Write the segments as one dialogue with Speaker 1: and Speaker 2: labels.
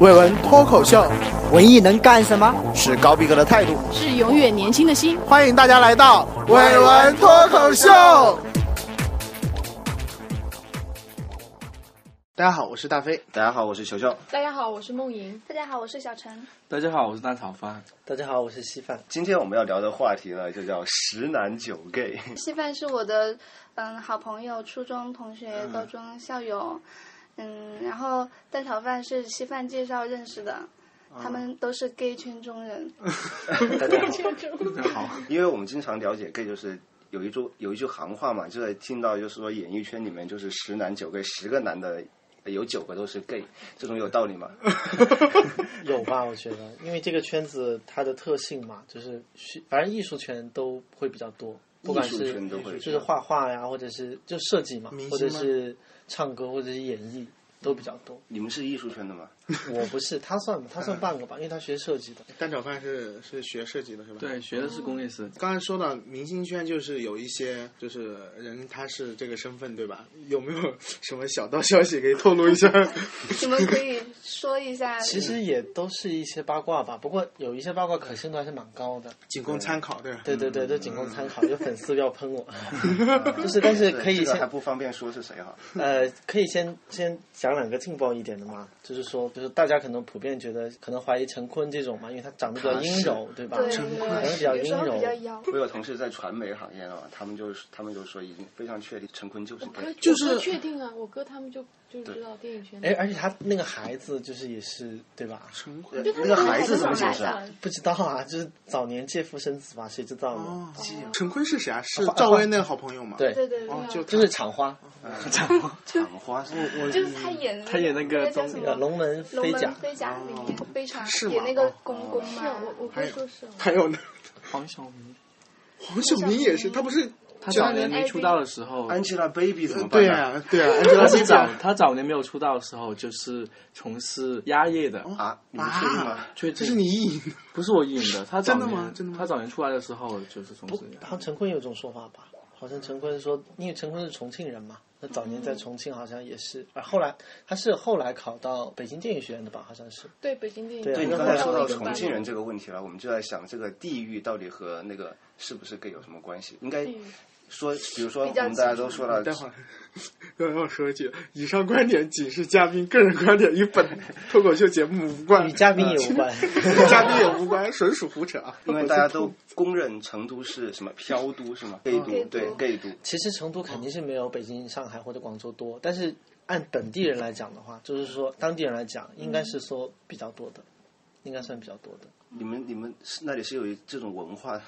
Speaker 1: 伟文脱口秀
Speaker 2: 文艺能干什么？
Speaker 1: 是高逼格的态度，
Speaker 3: 是永远年轻的心。
Speaker 1: 欢迎大家来到伟文脱口秀。大家好，我是大飞。
Speaker 4: 大家好，我是球球。
Speaker 5: 大家好，我是梦莹。
Speaker 6: 大家好，我是小陈。
Speaker 7: 大家好，我是蛋炒饭。
Speaker 8: 大家好，我是稀饭。
Speaker 4: 今天我们要聊的话题呢，就叫“十男九 gay”。
Speaker 6: 稀饭是我的嗯好朋友，初中同学，高中校友。嗯，然后蛋炒饭是稀饭介绍认识的，他们都是 gay 圈中人。
Speaker 8: 大家好，
Speaker 7: 大家好，
Speaker 4: 因为我们经常了解 gay，就是有一句有一句行话嘛，就是听到就是说演艺圈里面就是“十男九 gay”，十个男的有九个都是 gay，这种有道理吗？
Speaker 8: 有吧？我觉得， 因为这个圈子它的特性嘛，就是虚反正艺术圈都会比较多，不管
Speaker 4: 艺术
Speaker 8: 是
Speaker 4: 圈都会
Speaker 8: 就是画画呀，或者是就设计嘛
Speaker 7: 明，
Speaker 8: 或
Speaker 7: 星
Speaker 8: 者
Speaker 7: 吗
Speaker 8: 是唱歌，或者是演艺。都比较多，
Speaker 4: 你们是艺术圈的吗？
Speaker 8: 我不是他算吧，他算半个吧，因为他学设计的。
Speaker 1: 蛋炒饭是是学设计的是吧？。
Speaker 7: 对，学的是工业设计。
Speaker 1: 刚才说到明星圈，就是有一些就是人他是这个身份对吧？有没有什么小道消息可以透露一下？
Speaker 6: 你们可以说一下，
Speaker 8: 其实也都是一些八卦吧，不过有一些八卦可信度还是蛮高的。
Speaker 1: 仅供参考对吧？嗯
Speaker 8: 对对
Speaker 4: 嗯
Speaker 8: 对，就仅供参考，有粉丝不要 喷我。就是，但是可以
Speaker 4: 这个
Speaker 8: 先
Speaker 4: 还不方便说是谁哈。
Speaker 8: 呃，可以先先讲两个劲爆一点的嘛，就是说，就是大家可能普遍觉得可能怀疑陈坤这种嘛，因为他长得比较阴柔，对吧？
Speaker 6: 对
Speaker 8: 可
Speaker 6: 对
Speaker 8: 能比较
Speaker 6: 有时
Speaker 8: 阴
Speaker 6: 候比较
Speaker 8: 柔。
Speaker 6: 妖。
Speaker 4: 我有同事在传媒行业的嘛，他们就是他们就说已经非常确定陈坤就是
Speaker 5: 我
Speaker 4: gay
Speaker 5: 哥。
Speaker 1: 就是
Speaker 5: 哎我哥确定啊，我哥他们就就知道电影圈的。
Speaker 8: 哎，而且他那个孩子就是也是对吧？
Speaker 1: 陈坤
Speaker 4: 对
Speaker 5: 就他
Speaker 4: 那
Speaker 5: 们
Speaker 4: 个
Speaker 5: 本来
Speaker 4: 孩子
Speaker 5: 就
Speaker 4: 怎么
Speaker 5: 是
Speaker 4: 解释
Speaker 5: 来
Speaker 4: 啊？
Speaker 5: 的
Speaker 8: 不知道啊，就是早年借腹生子吧，谁知道呢？
Speaker 1: 哦，陈坤是谁啊？是赵薇那个好朋友吗？
Speaker 8: 对，
Speaker 6: 对对
Speaker 1: 哦
Speaker 6: 对，，
Speaker 1: 就
Speaker 8: 就是厂花，
Speaker 4: 厂花是我
Speaker 6: 就是他演
Speaker 7: 他演那个
Speaker 6: 个叫
Speaker 7: 东
Speaker 6: 什
Speaker 8: 呃，
Speaker 6: 么
Speaker 8: 龙门
Speaker 6: 龙
Speaker 8: 飞
Speaker 6: 门
Speaker 8: 甲，
Speaker 6: 飞甲里面非常
Speaker 1: 是吗
Speaker 6: 演那个公公
Speaker 5: 是啊，
Speaker 6: 嘛。
Speaker 5: 我我哥说是啊。
Speaker 1: 还有呢，
Speaker 7: 黄晓明，
Speaker 1: 黄晓明也是，他不是
Speaker 7: 他早年没出道的时候，
Speaker 4: Angelababy 怎么办
Speaker 1: 对
Speaker 4: 啊？
Speaker 1: 啊对啊
Speaker 7: 他是
Speaker 1: ，Angelababy
Speaker 7: 早
Speaker 1: 啊，
Speaker 7: 他早年没有出道的时候，就是从事压业的，
Speaker 4: 啊，你们确定吗
Speaker 1: 啊？，
Speaker 7: 确
Speaker 1: 这是
Speaker 7: 定
Speaker 1: 你意淫的
Speaker 7: 不是我引的。他早
Speaker 1: 真的吗
Speaker 7: 年
Speaker 1: 真的吗
Speaker 7: 他早年出来的时候就是从
Speaker 8: 不
Speaker 7: 事，压
Speaker 8: 好像
Speaker 7: 业。
Speaker 8: 陈坤有种说法吧，好像陈坤说，因为陈坤是重庆人嘛，那早年在重庆好像也是，啊，后来他是后来考到北京电影学院的吧，好像是。
Speaker 5: 对北京电影
Speaker 8: 对
Speaker 4: 对
Speaker 5: 圈。
Speaker 4: 啊你
Speaker 8: 那
Speaker 4: 刚
Speaker 8: 后
Speaker 4: 才
Speaker 8: 来
Speaker 4: 说
Speaker 8: 我
Speaker 4: 到
Speaker 8: 一个
Speaker 4: 重庆人这个问题了，我们就在想这个地域到底和那个是不是 gay 有什么关系？应该
Speaker 5: 嗯
Speaker 4: 说，比如说我
Speaker 6: 比较
Speaker 4: 们大家都说了，
Speaker 1: 待会儿。要要说一句，以上观点仅是嘉宾个人观点，与本脱口秀节目无关
Speaker 8: 与，嘉宾也无关。
Speaker 1: 与 嘉宾也无关，纯属胡扯啊！
Speaker 4: 因为大家都公认成都是什么飘都是吗？gay 都对 gay 都，
Speaker 8: 其实成都肯定是没有北京、上海或者广州多，但是按本地人来讲的话，就是说当地人来讲，应该是说比较多的，应该算比较多的。
Speaker 4: 你们你们是那里是有一这种文化，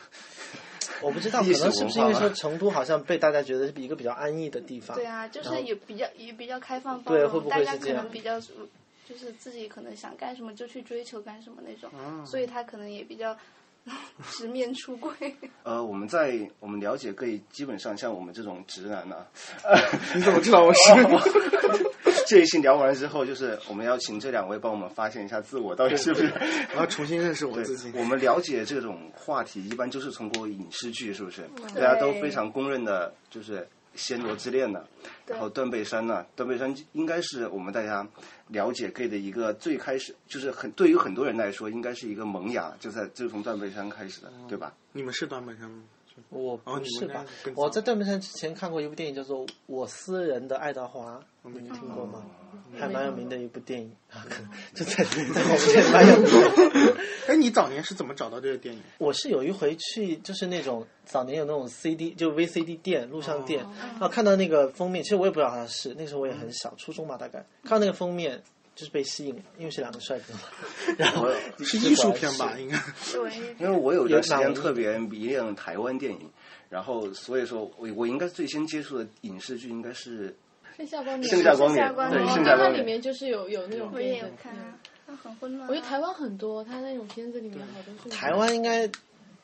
Speaker 8: 我不知道，可
Speaker 4: 历史
Speaker 8: 能是不是因
Speaker 4: 文化
Speaker 8: 为说
Speaker 4: 吧
Speaker 8: 成都好像被大家觉得是一个比较安逸的地方
Speaker 6: 对，啊，就是也比较也比较开放包
Speaker 8: 对会
Speaker 6: 容，
Speaker 8: 不会
Speaker 6: 大家
Speaker 8: 是这
Speaker 6: 可
Speaker 8: 样
Speaker 6: 能比较就是自己可能想干什么就去追求干什么那种，
Speaker 8: 嗯
Speaker 6: 所以他可能也比较 直面出 柜。
Speaker 4: 呃，我们在我们了解 gay 基本上像我们这种直男啊，
Speaker 1: 你怎么知道 我是？
Speaker 4: 这一期聊完之后，就是我们要请这两位帮我们发现一下自我到底是不是。
Speaker 1: 我要重新认识我
Speaker 4: 对
Speaker 1: 自己，。
Speaker 4: 我们了解这种话题，一般就是通过影视剧，是不是？大家都非常公认的，就是《暹罗之恋》呢，然后《断背山》呢，《断背山》应该是我们大家了解 gay 的一个最开始，就是很对于很多人来说，应该是一个萌芽，就在就从《断背山》开始的，对吧？
Speaker 1: 你们是短板上吗？
Speaker 8: 我
Speaker 1: 哦
Speaker 8: 不
Speaker 1: 你
Speaker 8: 是
Speaker 1: 们那
Speaker 8: 吧
Speaker 1: 儿更？早
Speaker 8: 我在断背山之前看过一部电影叫做《我私人的爱德华》，
Speaker 1: 哦
Speaker 8: 你们听过吗？还蛮有名的一部电影，啊可
Speaker 1: 哦
Speaker 8: 能 就在在我们这里蛮有名的。
Speaker 1: 哎，你早年是怎么找到这个电影？
Speaker 8: 我是有一回去，就是那种早年有那种 CD，就 VCD 店、录像
Speaker 1: 哦
Speaker 8: 店，然后看到那个封面，其实我也不知道它是，那时候我也很小，初中吧大概，看到那个封面就是被吸引了，因为是两个帅哥嘛，然后
Speaker 1: 是艺术片吧？应该
Speaker 6: 文 艺
Speaker 4: 因为我有段时间特别迷恋台湾电影，然后所以说我我应该最先接触的影视剧应该是
Speaker 5: 盛嗯夏光
Speaker 4: 《
Speaker 5: 年。
Speaker 4: 盛夏光
Speaker 6: 盛
Speaker 4: 年
Speaker 6: 夏》，光
Speaker 4: 对，
Speaker 6: 年
Speaker 4: 《
Speaker 5: 哦
Speaker 4: 盛夏
Speaker 5: 但它
Speaker 4: 光
Speaker 5: 里
Speaker 4: 年》。
Speaker 5: 面就是有有那种
Speaker 6: 我
Speaker 5: 电
Speaker 6: 也
Speaker 5: 影
Speaker 6: 有
Speaker 5: 的
Speaker 6: 看
Speaker 5: 嗯
Speaker 6: 啊，那很混乱啊。
Speaker 5: 我觉得台湾很多，他那种片子里面好多是
Speaker 8: 台湾应该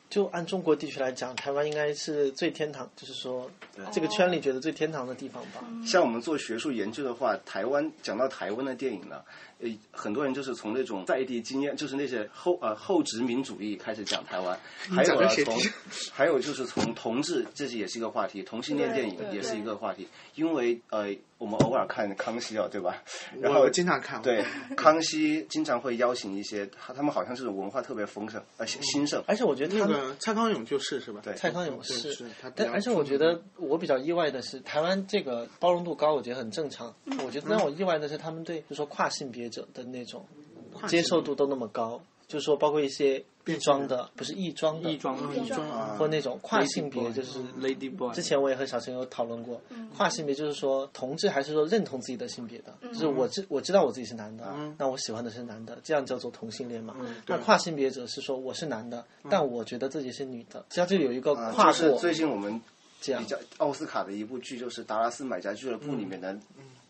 Speaker 8: 就按中国地区来讲，台湾应该是最天堂，就是说这个圈里觉得最天堂的地方吧。
Speaker 4: 像我们做学术研究的话，台湾讲到台湾的电影呢，呃，很多人就是从那种在地经验，就是那些后呃后殖民主义开始讲台湾，还
Speaker 1: 讲
Speaker 4: 有
Speaker 1: 的
Speaker 4: 啊
Speaker 1: 谁
Speaker 4: 从
Speaker 1: 听
Speaker 4: 还有就是从同志，这是也是一个话题，同性恋电影
Speaker 5: 对对
Speaker 4: 也是一个话题，因为呃我们偶尔看康熙啊，对吧？然
Speaker 1: 我
Speaker 4: 后
Speaker 1: 我经常看，
Speaker 4: 对，康熙经常会邀请一些他他们好像是文化特别丰盛，呃兴兴盛。
Speaker 8: 而且我觉得
Speaker 1: 那
Speaker 8: 他
Speaker 1: 个呃蔡康永就是是吧？
Speaker 4: 对
Speaker 8: 蔡康永
Speaker 1: 对
Speaker 8: 是，
Speaker 1: 是他比
Speaker 8: 但
Speaker 1: 较
Speaker 8: 而且
Speaker 1: 出
Speaker 8: 我
Speaker 1: 名
Speaker 8: 觉得我比较意外的是，台湾这个包容度高，我觉得很正常。
Speaker 1: 嗯
Speaker 8: 我觉得让我意外的是，他们对比如说跨性别者的那种
Speaker 1: 跨
Speaker 8: 接
Speaker 1: 性
Speaker 8: 受度都那么高，就是说包括一些异
Speaker 1: 变性
Speaker 8: 装
Speaker 1: 人
Speaker 8: 的，不是异装的，
Speaker 7: 异装
Speaker 1: 别
Speaker 5: 嗯
Speaker 1: 装啊，
Speaker 8: 或那种跨性别，
Speaker 7: boy
Speaker 8: 就是。
Speaker 7: Lady Boy，
Speaker 8: 之前我也和小陈有讨论过，
Speaker 1: 嗯
Speaker 6: 嗯
Speaker 8: 跨性别就是说同志还是说认同自己的性别的，
Speaker 1: 嗯
Speaker 8: 就是我知我知道我自己是男的，那我喜欢的是男的，这样叫做同性恋嘛。那跨性别者是说我是男的，但我觉得自己是女的，这样就有一个
Speaker 4: 啊，
Speaker 8: 跨
Speaker 4: 就是
Speaker 8: 过
Speaker 4: 最近我们
Speaker 8: 这样
Speaker 4: 比。较奥斯卡的一部剧，就是《达拉斯买家俱乐部》里面的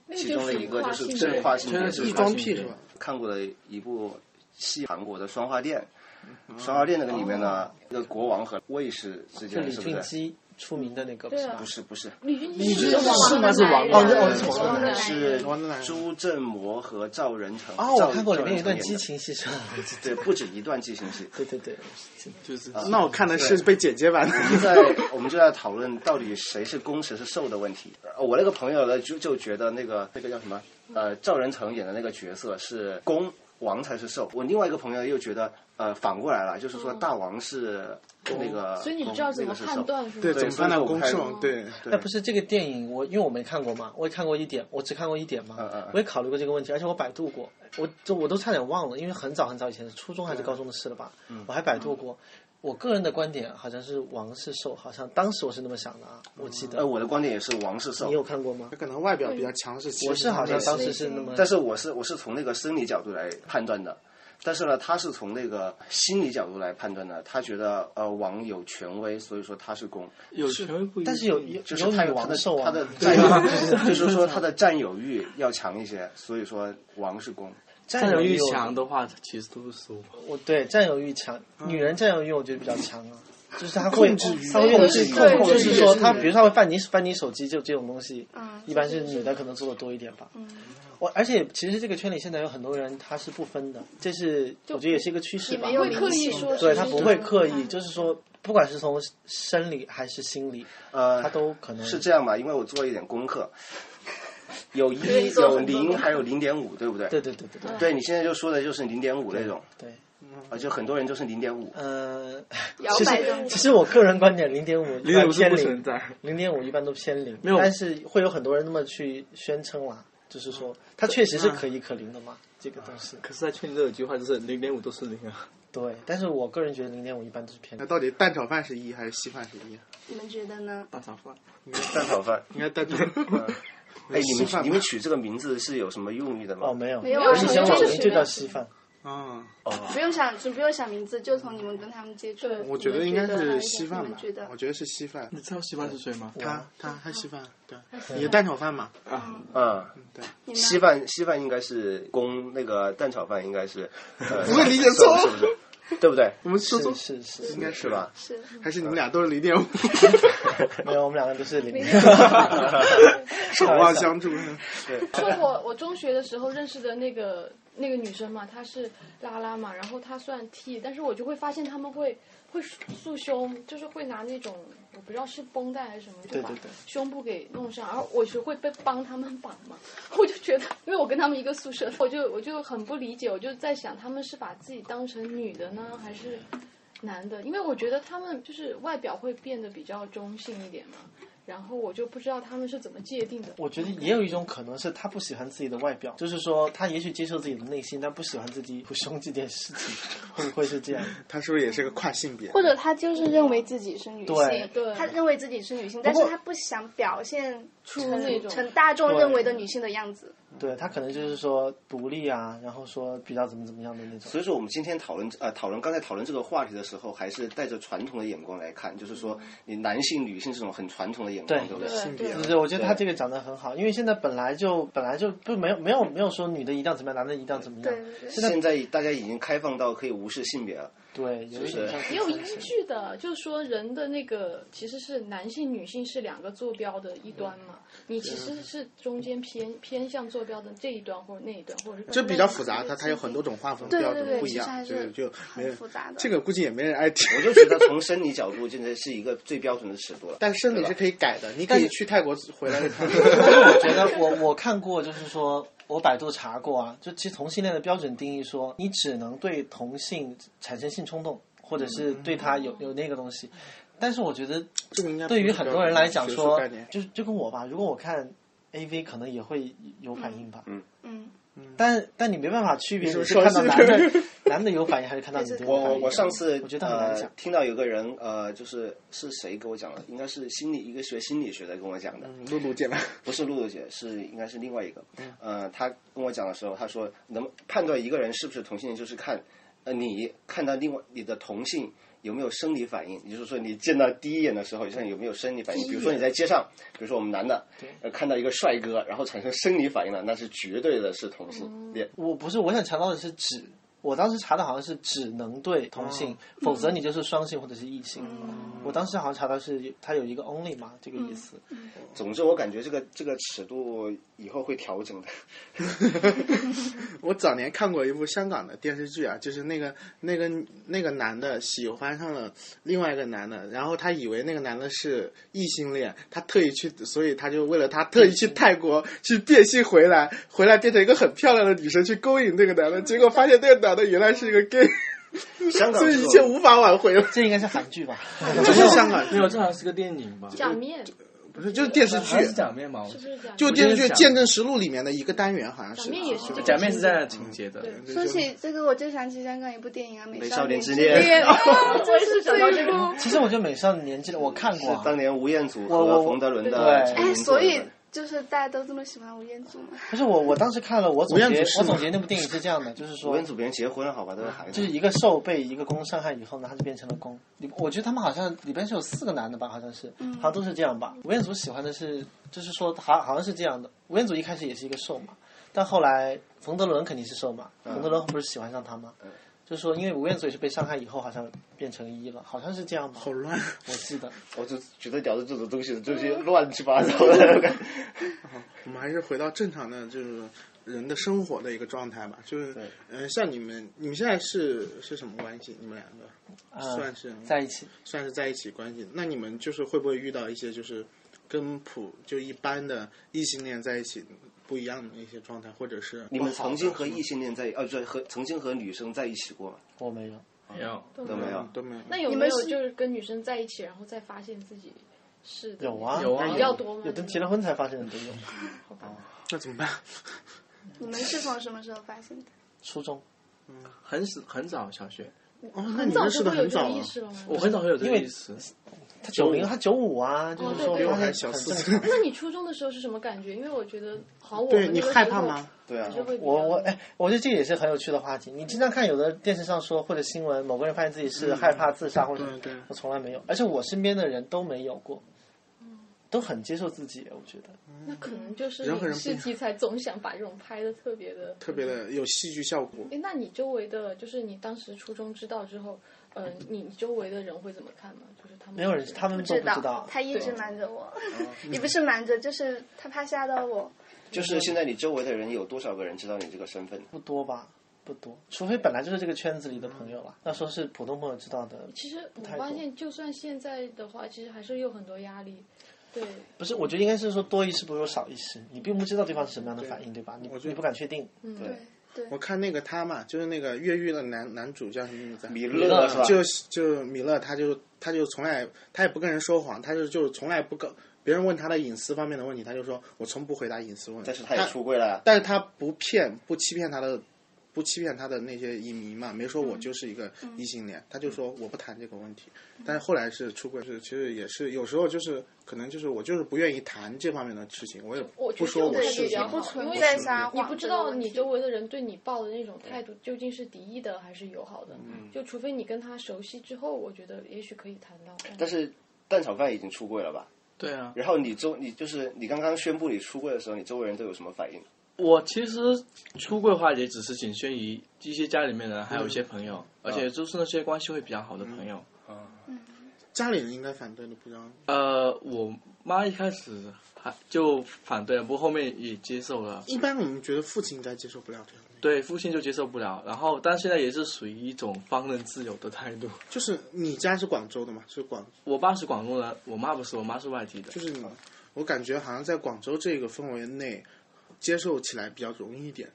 Speaker 5: 那
Speaker 4: 其中的一个，
Speaker 5: 就
Speaker 4: 嗯就是
Speaker 5: 正
Speaker 4: 正跨性别
Speaker 7: 对
Speaker 4: 者
Speaker 7: 对
Speaker 1: 异
Speaker 7: 是
Speaker 1: 装癖是吧？
Speaker 4: 看过的一部戏，韩国的《双花店》。双花店那个里面呢，那个国王和卫士之
Speaker 8: 就
Speaker 4: 间
Speaker 8: 李
Speaker 4: 是不
Speaker 8: 俊
Speaker 4: 是？
Speaker 8: 基出名的那个，不
Speaker 5: 啊
Speaker 8: 是吧
Speaker 4: 不？是不是，呃
Speaker 5: 李俊
Speaker 7: 你
Speaker 5: 基
Speaker 7: 是
Speaker 5: 王
Speaker 7: 吗是王
Speaker 5: 王
Speaker 8: 哦
Speaker 5: 的
Speaker 8: 是王
Speaker 5: 男
Speaker 8: 的
Speaker 5: 人
Speaker 4: 是
Speaker 1: 王德兰
Speaker 4: 朱振模和赵仁成。
Speaker 8: 啊，
Speaker 4: 赵
Speaker 8: 我看过里面有一段
Speaker 4: 赵仁成
Speaker 8: 激
Speaker 4: 演
Speaker 8: 情
Speaker 4: 的，
Speaker 8: 戏 是吧？
Speaker 4: 对，不止一段激情戏。
Speaker 8: 对对对，是
Speaker 7: 就是
Speaker 1: 那我看的是被姐姐 版的，
Speaker 4: 就在我们就在讨论到底谁是攻谁是受的问题。呃我那个朋友呢，就就觉得那个那个叫什么呃赵仁成演的那个角色是攻。王才是受，我另外一个朋友又觉得，呃，反过来了，就是说大王是那个，
Speaker 5: 嗯哦所以你知道
Speaker 4: 攻
Speaker 5: 怎
Speaker 4: 那
Speaker 5: 么
Speaker 4: 个是
Speaker 5: 判
Speaker 4: 受
Speaker 5: 断是吗？
Speaker 1: 对，
Speaker 4: 对
Speaker 1: 总算
Speaker 4: 所以
Speaker 1: 的
Speaker 4: 我
Speaker 1: 公
Speaker 4: 看
Speaker 1: 众对。
Speaker 8: 那
Speaker 4: 对
Speaker 8: 不，是这个电影，我因为我没看过嘛，我也看过一点，我只看过一点嘛
Speaker 4: 嗯嗯嗯，
Speaker 8: 我也考虑过这个问题，而且我百度过，我这我都差点忘了，因为很早很早以前是初中还是高中的事了吧，
Speaker 4: 嗯
Speaker 8: 我还百度过。我个人的观点好像是王是受，好像当时我是那么想的啊，我记
Speaker 4: 呃，
Speaker 8: 得。
Speaker 4: 我的观点也是王是受
Speaker 8: 你，有看过吗
Speaker 4: 呃
Speaker 1: 他？可能外表比较强势，
Speaker 8: 我是好像当时
Speaker 1: 时
Speaker 8: 是那么，
Speaker 4: 但是我是我是从那个生理角度来判断的，但是呢，他是从那个心理角度来判断的，他觉得呃王有权威，所以说他是攻，
Speaker 7: 有权威不一定，
Speaker 8: 但是有有
Speaker 4: 就是
Speaker 8: 有
Speaker 4: 他
Speaker 8: 女
Speaker 4: 有他
Speaker 8: 王
Speaker 4: 的
Speaker 8: 受
Speaker 4: 他
Speaker 8: 啊，
Speaker 4: 的占 有，就是说他的占有欲要强一些，所以说王是公。
Speaker 7: 占有欲
Speaker 8: 有
Speaker 7: 强的话，其实都是输。
Speaker 8: 我对占有欲强，女人占有欲我觉得比较强啊，就是她会，她会
Speaker 5: 控
Speaker 8: 用
Speaker 5: 制
Speaker 8: 自己
Speaker 5: 欲
Speaker 8: 控
Speaker 5: 控
Speaker 8: 制，就
Speaker 5: 制
Speaker 8: 是
Speaker 5: 欲
Speaker 8: 说她，比如说她会翻你翻你手机，就这种东西，
Speaker 6: 嗯
Speaker 8: 一般是女的可能做的多一点吧。我而且其实这个圈里现在有很多人他是不分的，这是我觉得也是一个趋势
Speaker 6: 也
Speaker 8: 吧
Speaker 6: 没。有
Speaker 5: 会刻意
Speaker 6: 明显
Speaker 5: 说
Speaker 6: 的
Speaker 8: 对
Speaker 5: 是
Speaker 8: 他
Speaker 5: 这
Speaker 8: 不
Speaker 5: 种
Speaker 8: 会
Speaker 5: 的
Speaker 8: 刻
Speaker 5: 看
Speaker 8: 意，就是说不管是从生理还是心理，
Speaker 4: 呃，
Speaker 8: 他都可能
Speaker 4: 是这样吧？因为我做了一点功课，有一
Speaker 6: 对做
Speaker 4: 有
Speaker 6: 很多功
Speaker 4: 零，
Speaker 6: 课嗯
Speaker 4: 还有零点五，对不对？
Speaker 8: 对对对对对
Speaker 4: 对你现在就说的就是零点五那种，
Speaker 8: 对，
Speaker 4: 啊，就很多人就是零点五。
Speaker 8: 呃，
Speaker 6: 摇
Speaker 8: 其
Speaker 6: 摆的
Speaker 8: 实其实我个人观点零点五
Speaker 7: 零点五是
Speaker 8: 偏
Speaker 7: 不
Speaker 8: 零
Speaker 7: 存，在，
Speaker 8: 零点五一般都偏零，
Speaker 7: 没有
Speaker 8: 但是会有很多人那么去宣称啦，就是说它确实是可一可零的嘛，这个东西。
Speaker 7: 可是在圈里都有一句话，就是零点五都是零啊。
Speaker 8: 对，但是我个人觉得零点五一般都是偏
Speaker 1: 那
Speaker 8: 零。
Speaker 1: 到底蛋炒饭是一还是稀饭是一？
Speaker 6: 你们觉得呢？
Speaker 7: 大炒饭，
Speaker 8: 嗯
Speaker 4: 蛋炒饭，
Speaker 1: 应该蛋炒。
Speaker 4: 哎，你
Speaker 1: 稀饭吧
Speaker 4: 们你们取这个名字是有什么用意的
Speaker 8: 哦，
Speaker 4: 吗？嗯
Speaker 8: 没有，
Speaker 6: 没有
Speaker 5: 啊
Speaker 8: 以前网
Speaker 5: 就
Speaker 8: 名
Speaker 5: 是随
Speaker 8: 就
Speaker 5: 便
Speaker 8: 叫稀饭，
Speaker 1: 嗯，
Speaker 6: 不用想，就不用想名字，就从你们跟他们接触。
Speaker 5: 对
Speaker 1: 我觉得应该是稀饭
Speaker 6: 你
Speaker 1: 吧
Speaker 6: 们觉得，嗯
Speaker 1: 我觉得是稀饭。
Speaker 7: 你知道稀饭是谁吗？
Speaker 1: 他他他稀饭，对，你的蛋炒饭嘛，
Speaker 4: 嗯，
Speaker 1: 对，
Speaker 6: 你们
Speaker 4: 稀饭稀饭应该是公，那个蛋炒饭应该是，呃
Speaker 1: 不会理解错
Speaker 4: 是不是？对不对？
Speaker 1: 我们说错
Speaker 8: 是是是，
Speaker 1: 应该
Speaker 4: 是吧？？
Speaker 6: 是
Speaker 1: 还是你们俩都是零点五，
Speaker 8: 没有，我们两个都是零。
Speaker 1: 守望相助。
Speaker 5: 说我我中学的时候认识的那个那个女生嘛，她是拉拉嘛，然后她算 T，但是我就会发现他们会会束胸，就是会拿那种我不知道是绷带还是什么，就
Speaker 8: 对
Speaker 5: 把
Speaker 8: 对对
Speaker 5: 胸部给弄上，然后我就会被帮他们绑嘛，我就觉得，因为我跟他们一个宿舍，我就我就很不理解，我就在想他们是把自己当成女的呢，还是？男的，因为我觉得他们就是外表会变得比较中性一点嘛，然后我就不知道他们是怎么界定的。
Speaker 8: 我觉得也有一种可能是他不喜欢自己的外表，就是说他也许接受自己的内心，但不喜欢自己不胸这件事情， 会不会是这样？
Speaker 1: 他是不是也是个跨性别？
Speaker 6: 或者他就是认为自己是女
Speaker 8: 对
Speaker 6: 性，
Speaker 5: 对
Speaker 6: 他认为自己是女性，
Speaker 8: 不
Speaker 6: 但
Speaker 8: 过
Speaker 6: 是他不想表现出
Speaker 5: 出那种
Speaker 6: 成大众
Speaker 8: 对
Speaker 6: 认为的女性的样子。
Speaker 8: 对他可能就是说独立啊，然后说比较怎么怎么样的那种。
Speaker 4: 所以说，我们今天讨论呃讨论刚才讨论这个话题的时候，还是带着传统的眼光来看，就是说你男性、女性这种很传统的眼光，
Speaker 8: 对
Speaker 4: 对不对？
Speaker 5: 对
Speaker 1: 性别
Speaker 8: 对对，我觉得他这个讲的很好，因为现在本来就本来就不没有没有没有说女的一定要怎么样，男的一定要怎么样
Speaker 6: 对，对对，
Speaker 4: 现在大家已经开放到可以无视性别了，
Speaker 8: 对，有一
Speaker 4: 是
Speaker 8: 点像
Speaker 5: 也有依 据的，就是说人的那个其实是男性、女性是两个坐标的一端嘛，你其实是中间偏偏向坐标准，这一段或者那一段，或者是
Speaker 1: 就比较复杂，它它有很多种画风
Speaker 6: 对
Speaker 1: 标
Speaker 6: 对
Speaker 1: 准
Speaker 6: 对
Speaker 1: 不一
Speaker 6: 其实还
Speaker 1: 样，就是
Speaker 6: 是
Speaker 1: 就没
Speaker 6: 很
Speaker 1: 人
Speaker 6: 复杂的。
Speaker 1: 这个估计也没人爱听。
Speaker 4: 我就觉得从生理角度，真的是一个最标准的尺度了。
Speaker 1: 但生理
Speaker 4: 对
Speaker 1: 是
Speaker 4: 吧
Speaker 1: 可以改的，你可以去泰国回来看。
Speaker 8: 我觉得我我看过，就是说我百度查过啊，就其实同性恋的标准定义说，你只能对同性产生性冲动，或者
Speaker 1: 嗯
Speaker 8: 是对他有有那个东西。但是我觉得，
Speaker 1: 这个应该不
Speaker 8: 对
Speaker 1: 是啊
Speaker 8: 于很多人来讲
Speaker 1: 学术
Speaker 8: 说
Speaker 1: 概念，
Speaker 8: 就是就跟我吧，如果我看 A V，可能也会有反应吧。
Speaker 6: 嗯，
Speaker 8: 但但你没办法区别
Speaker 1: 你
Speaker 8: 你
Speaker 1: 是
Speaker 8: 是
Speaker 1: 不是
Speaker 8: 看到男的男的有反应，还是看到女的有
Speaker 4: 我
Speaker 8: 反
Speaker 4: 我
Speaker 8: 应。
Speaker 4: 我上次
Speaker 8: 我觉得很难讲
Speaker 4: 呃、。听到有个人呃，就是是谁跟我讲的？应该是心理一个学心理学的跟我讲的，
Speaker 1: 嗯露露姐吧，
Speaker 4: 不是露露姐，是应该是另外一个。呃，他跟我讲的时候，他说能判断一个人是不是同性恋，就是看呃你看到另外你的同性。有没有生理反应？也就是说，你见到第一眼的时候，像有没有生理反应？比如说你在街上，比如说我们男的，呃，看到一个帅哥，然后产生生理反应了，那是绝对的是同性恋。
Speaker 8: 我不是，我想强调的是只，我当时查的好像是只能对同性，否则你就是双性或者是异性。我当时好像查到是它有一个 only 嘛，这个意思。
Speaker 4: 总之，我感觉这个这个尺度以后会调整的。
Speaker 1: 我早年看过一部香港的电视剧啊，就是那个那个那个男的喜欢上了另外一个男的，然后他以为那个男的是异性恋，他特意去，所以他就为了他特意去泰国去变性回来，回来变成一个很漂亮的女生去勾引这个男的，结果发现那个男的原来是一个 gay，
Speaker 4: 香港
Speaker 1: 所
Speaker 4: 这
Speaker 1: 以
Speaker 4: 种
Speaker 1: 一切无法挽回了。
Speaker 8: 这应该是韩剧吧？
Speaker 1: 就是香 港，
Speaker 7: 没有，这好像是个电影吧？
Speaker 5: 假面
Speaker 1: 不是就是电视剧
Speaker 7: 还，是假面嘛？我
Speaker 5: 是不是假面？
Speaker 1: 就电视剧《见证实录》里面的一个单元，好像是啊
Speaker 5: 假。面也是这个
Speaker 7: 假面是这样的
Speaker 1: 嗯
Speaker 7: 情节的，
Speaker 1: 对
Speaker 6: 说起这个，我就想起香港一部电影啊，《美
Speaker 4: 美
Speaker 6: 少
Speaker 4: 少
Speaker 6: 年
Speaker 4: 年
Speaker 6: 之
Speaker 4: 之
Speaker 6: 恋》
Speaker 4: 恋
Speaker 6: 啊，
Speaker 5: 我也是想到
Speaker 6: 这
Speaker 5: 这
Speaker 6: 一
Speaker 5: 个
Speaker 6: 部。
Speaker 8: 其实我觉得《美少年之恋》我看过、
Speaker 4: 是
Speaker 8: 啊，
Speaker 4: 当年吴彦祖
Speaker 8: 我我
Speaker 4: 和冯德伦的
Speaker 8: 对
Speaker 6: 哎，
Speaker 4: 成名作
Speaker 6: 所以
Speaker 4: 的
Speaker 6: 就是大家都这么喜欢吴彦祖嘛。
Speaker 8: 可是我我当时看了，我总
Speaker 1: 吴
Speaker 8: 结
Speaker 1: 彦祖是
Speaker 8: 我
Speaker 1: 吗
Speaker 8: 总结那部电影是这样 的，就是
Speaker 4: 吴
Speaker 8: 说
Speaker 4: 彦。祖别人结婚了，好吧，都是孩
Speaker 8: 就是。
Speaker 4: 子
Speaker 8: 一个受被一个攻伤害以后呢，他就变成了攻。里我觉得他们好像里边是有四个男的吧，好像是，
Speaker 6: 嗯
Speaker 8: 好像都是这样吧。吴彦祖喜欢的是，就是说好好像是这样的。吴彦祖一开始也是一个受嘛，但后来冯德伦肯定是受嘛，冯德伦不是喜欢上他吗？就是说，因为吴彦祖也是被伤害以后，好像变成一了，好像是这样吧？
Speaker 1: 好乱。啊
Speaker 8: 我记得。
Speaker 4: 我就觉得聊的这种东西就是乱七八糟的。
Speaker 1: 我们还是回到正常的，就是人的生活的一个状态吧。就是，
Speaker 4: 对
Speaker 1: 嗯、像你们，你们现在是是什么关系？你们两个、
Speaker 8: 嗯
Speaker 4: 呃
Speaker 1: 算是
Speaker 8: 在一起，
Speaker 1: 算是在一起关系？那你们就是会不会遇到一些就是跟普就一般的异性恋在一起不一样的一些状态，或者是
Speaker 4: 你们曾经
Speaker 1: 不
Speaker 4: 和
Speaker 1: 好的
Speaker 4: 异性恋在，呃，对，和曾经和女生在一起过吗？
Speaker 8: 我没有。
Speaker 7: 没有。
Speaker 4: 都没有。
Speaker 1: 嗯都没有？
Speaker 5: 那有
Speaker 6: 你
Speaker 5: 没
Speaker 6: 们
Speaker 5: 有
Speaker 6: 是
Speaker 5: 就是跟女生在一起，然后再发现自己是的
Speaker 8: 有啊
Speaker 7: 有啊
Speaker 5: 比较多吗？
Speaker 8: 有的结了婚才发现的都有。
Speaker 5: 好吧
Speaker 1: 那怎么办？
Speaker 6: 你们是从什么时候发现的？
Speaker 8: 初中，
Speaker 7: 很很早，小学
Speaker 1: 哦，那
Speaker 5: 很
Speaker 1: 你认识
Speaker 5: 就
Speaker 1: 的
Speaker 5: 会有
Speaker 1: 很
Speaker 5: 这
Speaker 1: 早
Speaker 5: 个
Speaker 1: 啊
Speaker 5: 意。识了吗？
Speaker 7: 我很早会有这个
Speaker 8: 因为
Speaker 7: 意识，
Speaker 8: 他九零，他九五啊，就是说
Speaker 5: 哦对
Speaker 1: 比
Speaker 5: 对
Speaker 1: 我
Speaker 8: 发
Speaker 1: 还
Speaker 8: 现
Speaker 1: 小
Speaker 8: 很
Speaker 1: 四
Speaker 8: 正
Speaker 1: 岁
Speaker 8: 常。
Speaker 5: 那你初中的时候是什么感觉？因为我觉得，好，我
Speaker 1: 对
Speaker 5: 们
Speaker 1: 你
Speaker 5: 那个
Speaker 1: 害
Speaker 5: 时
Speaker 1: 怕
Speaker 5: 候
Speaker 1: 吗？
Speaker 4: 对啊
Speaker 5: 还，是会比较
Speaker 8: 我我哎，我觉得这也是很有趣的话题。你经常看有的电视上说或者新闻，某个人发现自己是害怕自杀或者
Speaker 1: 嗯对对
Speaker 8: 我从来没有，而且我身边的人都没有过，都很接受自己。我觉得
Speaker 5: 那可能就是
Speaker 1: 人和人不
Speaker 5: 影
Speaker 1: 一
Speaker 5: 视
Speaker 1: 样
Speaker 5: 题材总想把这种拍的特别的
Speaker 1: 特别的有戏剧效果。
Speaker 5: 哎，那你周围的，就是你当时初中知道之后，呃，你你周围的人会怎么看呢？就是他们
Speaker 8: 没有人，他们都嗯不知道。
Speaker 6: 他一直瞒着我，也不是瞒着，就是他怕吓到我。
Speaker 4: 就是现在你周围的人有多少个人知道你这个身份？
Speaker 8: 不多吧？不多，除非本来就是这个圈子里的朋友了。要说是普通朋友知道的，
Speaker 5: 其实我
Speaker 8: 太
Speaker 5: 发
Speaker 8: 多
Speaker 5: 现，就算现在的话，其实还是有很多压力。对，
Speaker 8: 不是，我觉得应该是说多一事不如少一事。你并不知道对方是什么样的反应，对吧？你
Speaker 1: 我觉得
Speaker 8: 你不敢确定。
Speaker 5: 嗯，
Speaker 4: 对
Speaker 6: 对，
Speaker 1: 我看那个他嘛，就是那个越狱的男男主叫什么名字啊？
Speaker 4: 米勒是吧？
Speaker 1: 就就米勒，他就他就从来他也不跟人说谎，他就就从来不跟别人问他的隐私方面的问题，他就说我从不回答隐私问题。
Speaker 4: 但是他也出柜了呀。
Speaker 1: 但是他不骗不欺骗他的不欺骗他的那些影迷嘛，没说我就是一个异性恋，他就说我不谈这个问题。但是后来是出轨，是其实也是有时候就是可能就是我就是不愿意谈这方面的事情，我也
Speaker 5: 我觉
Speaker 1: 不
Speaker 5: 得
Speaker 1: 说
Speaker 5: 这
Speaker 1: 我
Speaker 5: 种
Speaker 1: 是
Speaker 5: 也比
Speaker 1: 什
Speaker 5: 较
Speaker 1: 么
Speaker 5: 好
Speaker 6: 不
Speaker 5: 因
Speaker 6: 存
Speaker 5: 为
Speaker 6: 在
Speaker 5: 你
Speaker 6: 撒
Speaker 5: 你
Speaker 6: 谎，
Speaker 5: 不知道你周围的人对你抱的那种态度究竟是敌意的还是友好的，
Speaker 1: 嗯
Speaker 5: 就除非你跟他熟悉之后，我觉得也许可以谈到。
Speaker 4: 但是蛋炒饭已经出柜了吧？
Speaker 7: 对啊，
Speaker 4: 然后你周你就是你刚刚宣布你出柜的时候，你周围人都有什么反应？
Speaker 7: 我其实出柜的话也只是仅限于
Speaker 6: 嗯
Speaker 7: 一些家里面人，还有一些朋友，而且就是那些关系会比较好的朋友。
Speaker 1: 家里人应该反对你不让。
Speaker 7: 呃，我妈一开始还就反对了，不过后面也接受了。
Speaker 1: 一般我们觉得父亲应该接受不了这样的，
Speaker 7: 对，父亲就接受不了，然后但现在也是属于一种放任自由的态度。
Speaker 1: 就是你家是广州的嘛，是广，
Speaker 7: 我爸是广东人，我妈不是，我妈是外地的
Speaker 1: 就。是你，我感觉好像在广州这个氛围内，接受起来比较容易一点，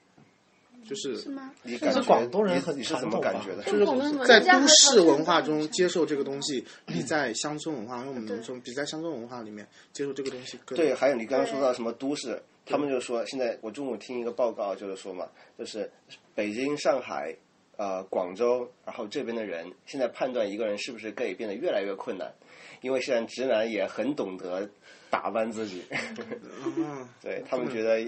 Speaker 1: 就是
Speaker 6: 是吗？
Speaker 4: 你感
Speaker 8: 是
Speaker 4: 觉
Speaker 8: 广东人
Speaker 4: 你
Speaker 8: 很
Speaker 4: 你是怎
Speaker 8: 传
Speaker 4: 么
Speaker 8: 统
Speaker 4: 感
Speaker 8: 吧
Speaker 4: 觉的？
Speaker 5: 就
Speaker 1: 就是
Speaker 5: 广东人
Speaker 1: 在
Speaker 5: 人家
Speaker 1: 都
Speaker 5: 还
Speaker 1: 市
Speaker 5: 讨厌
Speaker 1: 文化
Speaker 5: 这
Speaker 1: 中
Speaker 5: 种
Speaker 1: 接受这个东西，比在乡村文化，因为我们
Speaker 6: 对
Speaker 1: 农村比在乡村文化里面接受这个东西更啊
Speaker 4: 对，还有你刚刚说到什么都市，他们就说现在我中午听一个报告，就是说嘛，就是北京、上海、呃广州，然后这边的人现在判断一个人是不是 gay 变得越来越困难，因为现在直男也很懂得打扮自己，
Speaker 1: 嗯，
Speaker 4: 对他们觉得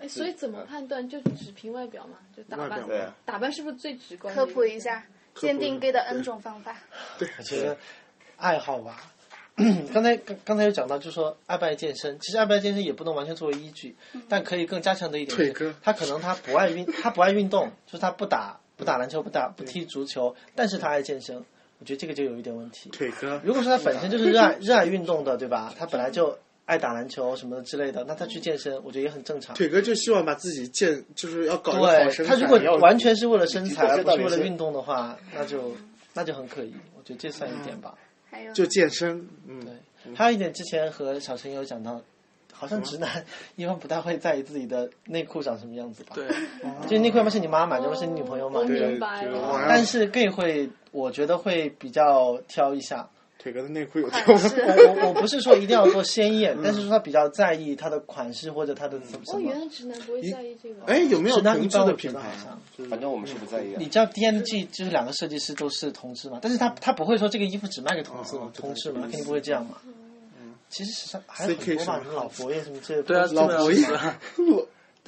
Speaker 5: 哎，所以怎么判断？就只凭外表嘛，就打
Speaker 1: 外表
Speaker 5: 扮，
Speaker 4: 对
Speaker 1: 嘛
Speaker 5: 打扮是不是最直观？
Speaker 6: 科普一，下，鉴定 gay 的 N 种方法。
Speaker 8: 我觉得爱好吧。 刚才刚刚才有讲到，就是说爱不爱健身，其实爱不爱健身也不能完全作为依据，但可以更加强的一点。
Speaker 1: 腿哥，
Speaker 8: 他可能他不爱运，他不爱运动，就是他不打不打篮球，不打不踢足球，但是他爱健身，我觉得这个就有一点问题。
Speaker 1: 腿哥，
Speaker 8: 如果说他本身就是热爱热爱运动的，对吧？他本来就爱打篮球什么的之类的，那他去健身，我觉得也很正 常。
Speaker 1: 腿哥就希望把自己健，就是要搞一个好
Speaker 8: 对
Speaker 1: 身
Speaker 8: 他
Speaker 1: 材。
Speaker 8: 如果
Speaker 1: 要
Speaker 8: 完全是为了身材，
Speaker 4: 你
Speaker 8: 而
Speaker 4: 这
Speaker 8: 不
Speaker 4: 到
Speaker 8: 是
Speaker 4: 底
Speaker 8: 为
Speaker 4: 是
Speaker 8: 了运动的话，那就那就很可疑。我觉得这算一点吧。
Speaker 6: 还有
Speaker 1: 就健身，嗯，
Speaker 8: 对，还有一点，之前和小陈也有讲到，好像直
Speaker 1: 嗯
Speaker 8: 男 一般不太会在意自己的内裤长什么样子吧？
Speaker 7: 对，
Speaker 8: 就是内裤要么是你妈买的，要么是你女朋友买
Speaker 5: 我
Speaker 8: 的。
Speaker 1: 对
Speaker 5: 明白
Speaker 1: 就是
Speaker 5: 了
Speaker 1: 网上
Speaker 8: 但是 gay 会，我觉得会比较挑一下。
Speaker 1: 腿哥的内裤有
Speaker 6: 款
Speaker 1: 条
Speaker 6: 式
Speaker 1: 纹，
Speaker 8: 我我我不是说一定要做鲜艳，
Speaker 1: 嗯
Speaker 8: 但是说他比较在意它的款式或者它的什么
Speaker 5: 哦，
Speaker 8: 什
Speaker 5: 原
Speaker 8: 么。
Speaker 5: 来直男不会在意这个。
Speaker 1: 哎，，有没有
Speaker 8: 直男
Speaker 1: 同
Speaker 8: 一
Speaker 1: 志
Speaker 8: 般
Speaker 1: 的
Speaker 8: 我觉
Speaker 1: 品
Speaker 8: 得好
Speaker 1: 牌啊
Speaker 8: 像？
Speaker 4: 反正我们是不在意啊
Speaker 8: 你。知道 DMG 就是两个设计师都是同志嘛，但是他他不会说这个衣服只卖给同志
Speaker 1: 哦
Speaker 8: 嘛
Speaker 1: 哦，
Speaker 8: 同志嘛，他肯定不会这样嘛。
Speaker 1: 嗯
Speaker 8: 其实时尚还有
Speaker 1: CK
Speaker 8: 很多嘛，
Speaker 1: 是吗
Speaker 8: 什么老佛爷什么之类的。
Speaker 7: 对啊，
Speaker 8: 都
Speaker 7: 基
Speaker 1: 老
Speaker 7: 本上
Speaker 1: 佛爷
Speaker 7: 是啊， 就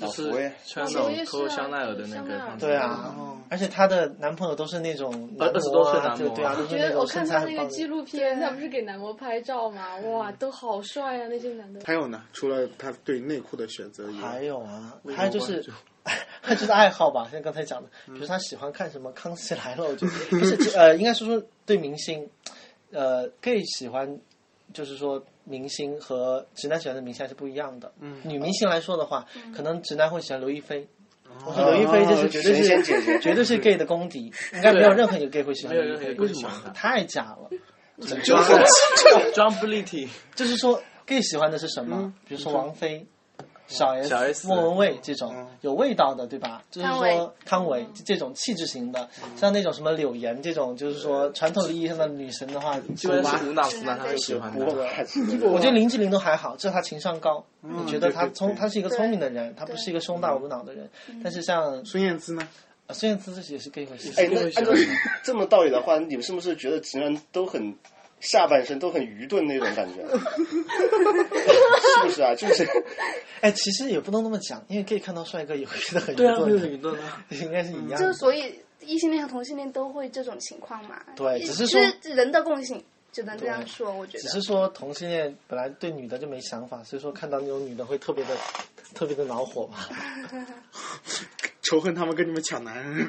Speaker 4: 老
Speaker 7: 是
Speaker 4: 佛爷
Speaker 7: 穿那
Speaker 5: 老佛爷
Speaker 7: 种
Speaker 5: 是
Speaker 7: 偷
Speaker 5: 啊
Speaker 7: 香奈儿的那
Speaker 5: 香
Speaker 7: 个
Speaker 5: 奈儿
Speaker 1: 哦
Speaker 7: 样子。
Speaker 8: 对啊，而且她的男朋友都是那种
Speaker 7: 呃
Speaker 8: 男模啊
Speaker 7: 20多岁男模
Speaker 8: 对对啊，
Speaker 7: 我
Speaker 8: 都
Speaker 5: 我
Speaker 8: 是
Speaker 5: 觉
Speaker 8: 那
Speaker 5: 得
Speaker 8: 种
Speaker 5: 我
Speaker 8: 身
Speaker 5: 看
Speaker 8: 材
Speaker 5: 他
Speaker 8: 很
Speaker 5: 那个
Speaker 8: 棒
Speaker 5: 纪
Speaker 8: 的。
Speaker 5: 录片，他不是给男模拍照嘛？哇，都好帅啊，那些男的。
Speaker 1: 还有呢，除了他对内裤的选择以
Speaker 8: 还
Speaker 1: 外，
Speaker 8: 有啊，
Speaker 7: 为什么
Speaker 8: 还有就是。 他就是爱好吧，像刚才讲的，比如他喜欢看什么《康熙来了》，我觉得不是呃，应该说说对明星，呃，gay 喜欢就是说明星和直男喜欢的明星还是不一样的。嗯，女明星来说的话，可能直男会喜欢刘亦菲，
Speaker 1: 哦
Speaker 8: 我说刘亦菲这是绝对
Speaker 6: 哦
Speaker 4: 神 仙姐
Speaker 8: 是
Speaker 4: 姐
Speaker 8: 绝对是 gay 的公敌，应该没有任何一个 gay 会喜欢
Speaker 7: 没有
Speaker 8: 刘亦
Speaker 7: 任何
Speaker 8: 菲，
Speaker 7: 一个为什么
Speaker 8: 太假了。
Speaker 1: 就很
Speaker 7: j o h n b l i t y
Speaker 8: 就是说 gay 喜欢的是什么？比如说王菲、小 S、
Speaker 7: 小 S 嗯
Speaker 8: 莫文蔚这种、有味道的，对吧？就是
Speaker 6: 汤唯嗯
Speaker 8: 说汤唯这种气质型的，像那种什么柳岩这种，就是说传统意义上的女神的话，
Speaker 7: 嗯基本上是无脑直男他会喜欢
Speaker 4: 不过
Speaker 7: 的。
Speaker 4: 还是
Speaker 8: 我觉得林志玲都还好，这是她情商高。
Speaker 7: 嗯
Speaker 8: 你觉得她
Speaker 1: 对对
Speaker 8: 聪，
Speaker 1: 对
Speaker 8: 她是一个聪明的人，她不是一个胸大无脑的人。
Speaker 6: 嗯
Speaker 8: 但是像
Speaker 1: 孙燕姿呢？
Speaker 8: 呃孙燕姿也是 gay 会喜
Speaker 4: 哎
Speaker 8: 欢，，
Speaker 4: 那按照这么道理的话，你们是不是觉得直男都很下半身都很愚钝那种感觉？啊 是不是啊？就是
Speaker 8: 哎，其实也不能那么讲，因为 gay 看到帅哥也会觉得很
Speaker 7: 对啊，
Speaker 8: 郁
Speaker 7: 会
Speaker 8: 闷
Speaker 7: 有
Speaker 8: 的
Speaker 7: 舆论啊。
Speaker 8: 应该是一样
Speaker 6: 就
Speaker 8: 的
Speaker 6: 是。所以异性恋和同性恋都会这种情况嘛？
Speaker 8: 对
Speaker 6: 一
Speaker 8: 只是
Speaker 6: 就
Speaker 8: 说
Speaker 6: 是人的共性，只能这样说，我觉
Speaker 8: 只是
Speaker 6: 得。
Speaker 8: 说同性恋本来对女的就没想法，所以说看到那种女的会特别的、特别的恼火吧。
Speaker 1: 仇恨他们跟你们抢男 人。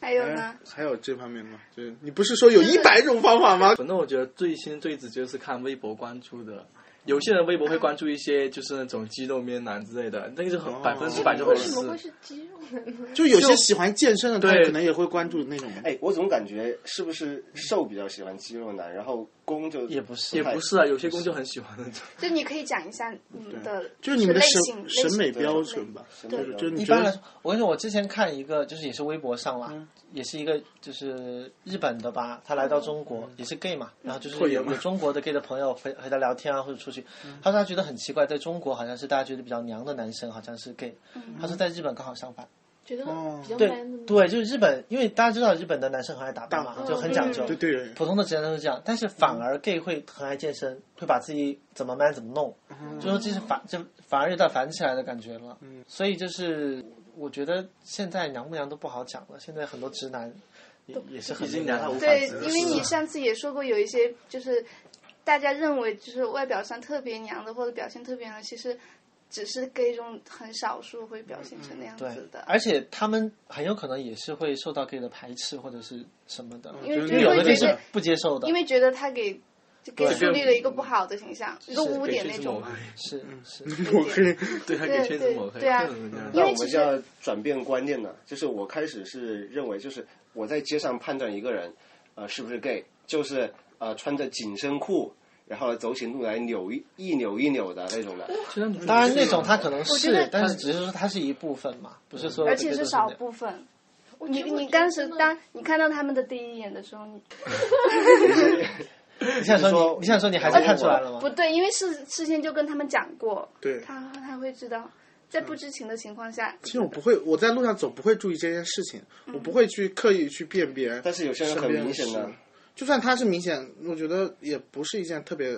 Speaker 6: 还有呢？
Speaker 1: 还有这方面吗？就是你不是说有一百种方法吗？
Speaker 7: 反正我觉得最新最直接就是看微博关注的，有些人微博会关注一些就是那种肌肉面男之类的，那个就
Speaker 1: 哦
Speaker 7: 很百分之百就合
Speaker 5: 为什么会
Speaker 7: 适。
Speaker 5: 是肌肉男呢？
Speaker 1: 就有些喜欢健身的，他
Speaker 7: 对
Speaker 1: 可能也会关注那种。
Speaker 4: 哎，我总感觉是不是瘦比较喜欢肌肉男，然后攻就
Speaker 8: 也不是
Speaker 7: 也
Speaker 4: 太
Speaker 7: 不是啊，有些公就很喜欢那种。
Speaker 6: 就你可以讲一下你们的，
Speaker 1: 就是你们的
Speaker 6: 类
Speaker 1: 审
Speaker 6: 型
Speaker 1: 审美标准。
Speaker 6: 类型
Speaker 1: 吧，
Speaker 4: 审
Speaker 1: 就
Speaker 4: 美
Speaker 1: 是就
Speaker 4: 标
Speaker 1: 是
Speaker 4: 准
Speaker 1: 你
Speaker 8: 一
Speaker 1: 觉
Speaker 8: 般来
Speaker 1: 得嗯
Speaker 8: 说，我跟你说，我之前看一个，就是也是微博上啦，也是一个就是日本的吧，他来到中国、也是 gay 嘛，然后就是
Speaker 1: 嗯会有
Speaker 8: 有
Speaker 1: 吗嗯
Speaker 8: 有中国的 gay 的朋友陪陪他聊天啊，或者出去，他说他觉得很奇怪，在中国好像是大家觉得比较娘的男生好像是 gay，、他说在日本刚好相反。
Speaker 5: 觉得比较
Speaker 8: 对
Speaker 5: man 的吗
Speaker 8: 对，就是日本，因为大家知道日本的男生很爱打扮嘛
Speaker 1: 打，
Speaker 8: 就很讲究。
Speaker 5: 嗯
Speaker 1: 对对人
Speaker 8: 普通的直男都是这样，但是反而 gay 会很爱健身，会把自己怎么 man 怎么弄，
Speaker 6: 嗯
Speaker 8: 就说这是反，这反而有点反起来的感觉了。嗯，所以就是我觉得现在娘不娘都不好讲了，现在很多直男也也是很
Speaker 7: 已经娘到无法
Speaker 6: 对
Speaker 7: 直，
Speaker 6: 因为你上次也说过，有一些就是大家认为就是外表上特别娘的或者表现特别娘的，其实只是 gay 中很少数会表现成那样
Speaker 8: 对哎
Speaker 6: 子的，，
Speaker 8: 而且他们很有可能也是会受到 gay 的排斥或者是什么的，
Speaker 1: 嗯
Speaker 6: 因为
Speaker 1: 就
Speaker 8: 因为
Speaker 1: 是
Speaker 8: 有
Speaker 6: 会
Speaker 8: 的就
Speaker 6: 觉
Speaker 8: 是
Speaker 6: 得，
Speaker 8: 不接受的
Speaker 6: 因，为觉得他给就给
Speaker 7: 对
Speaker 6: 树立了一个不好的形象，一个污点那种嘛。嗯
Speaker 8: 是是，
Speaker 1: 我可以，
Speaker 7: 对他给圈子抹黑，
Speaker 6: 对啊
Speaker 7: 骗人家
Speaker 6: 因
Speaker 4: 那
Speaker 6: 为
Speaker 4: 我
Speaker 6: 其
Speaker 4: 们
Speaker 6: 实
Speaker 4: 就要转变观念了，就是我开始是认为，就是我在街上判断一个人，呃，是不是 gay，就是呃穿着紧身裤，然后走起路来扭一一扭一扭的那种的。
Speaker 7: 其实你
Speaker 8: 当然那种他可能
Speaker 6: 我觉得
Speaker 8: 是，但是只是说他是一部分嘛，不是所有
Speaker 6: 而
Speaker 8: 的 gay
Speaker 6: 且
Speaker 8: 都
Speaker 6: 是
Speaker 8: 是那
Speaker 6: 少
Speaker 8: 样。
Speaker 6: 部分。
Speaker 5: 我
Speaker 6: 你
Speaker 5: 觉得
Speaker 6: 你当时
Speaker 5: 真的
Speaker 6: 当你看到他们的第一眼的时候，你
Speaker 8: 你想
Speaker 4: 就
Speaker 8: 说
Speaker 4: 是说
Speaker 8: 你你想说你还是看出来了吗
Speaker 6: 不？对，因为事事先就跟他们讲过，
Speaker 1: 对
Speaker 6: 他他会知道，在
Speaker 8: 嗯
Speaker 6: 不知情的情况下，
Speaker 1: 其实我不会，我在路上走不会注意这件事情，我不会去刻意去辨别。
Speaker 4: 但是有些人很明显的，
Speaker 1: 就算它是明显，我觉得也不是一件特别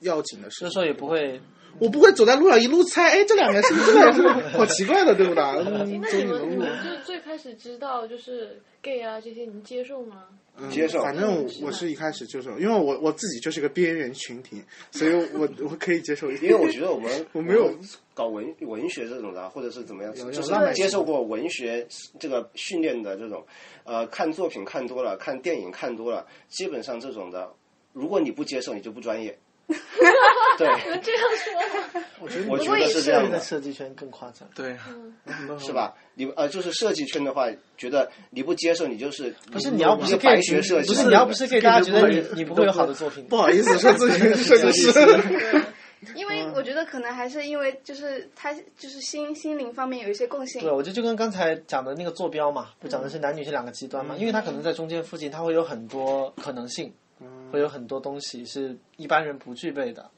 Speaker 1: 要紧的事
Speaker 8: 所
Speaker 1: 情。
Speaker 8: 以说也不会，
Speaker 1: 我不会走在路上一路猜，哎，这两个是不是这个人是不是？ 好奇怪的，对不对？嗯
Speaker 5: 那
Speaker 1: 走
Speaker 5: 你
Speaker 1: 你的
Speaker 5: 们你
Speaker 1: 路，
Speaker 5: 们就最开始知道就是 gay 啊这些，你接受吗？
Speaker 1: 嗯
Speaker 4: 接受
Speaker 1: 反正我是一开始就是，因为我我自己就是个边缘群体，所以我我可以接受一
Speaker 4: 因
Speaker 1: 点。
Speaker 4: 为我觉得我 们
Speaker 1: 我没有
Speaker 4: 们搞文文学这种的，啊或者是怎么样，
Speaker 1: 有
Speaker 4: 就是
Speaker 1: 有浪漫
Speaker 4: 接受过文学这个训练的这种，呃，看作品看多了，看电影看多了，基本上这种的，如果你不接受，你就不专 业。对，
Speaker 5: 这样说 吗？
Speaker 1: 我觉得
Speaker 4: 我
Speaker 1: 你
Speaker 4: 觉得是这样
Speaker 8: 的
Speaker 4: 的。
Speaker 8: 设计圈更夸张。
Speaker 7: 对啊，
Speaker 5: 嗯
Speaker 4: 是吧？你呃，就是设计圈的话，觉得你不接受，你就是
Speaker 8: 不是你要不是
Speaker 4: 一个
Speaker 8: gay，
Speaker 4: 白学设计，
Speaker 8: 不是你要不是 gay，大家觉得
Speaker 1: 不
Speaker 8: 你
Speaker 1: 会
Speaker 8: 你不会有好的作品
Speaker 1: 不。好意思说自己是设计 师，
Speaker 8: 嗯
Speaker 6: 因为我觉得可能还是因为就是他就是心心灵方面有一些共性
Speaker 8: 对，，我觉得就跟刚才讲的那个坐标嘛，不讲的是男女是两个极端嘛，因为它可能在中间附近，它会有很多可能性，会有很多东西是一般人不具备的，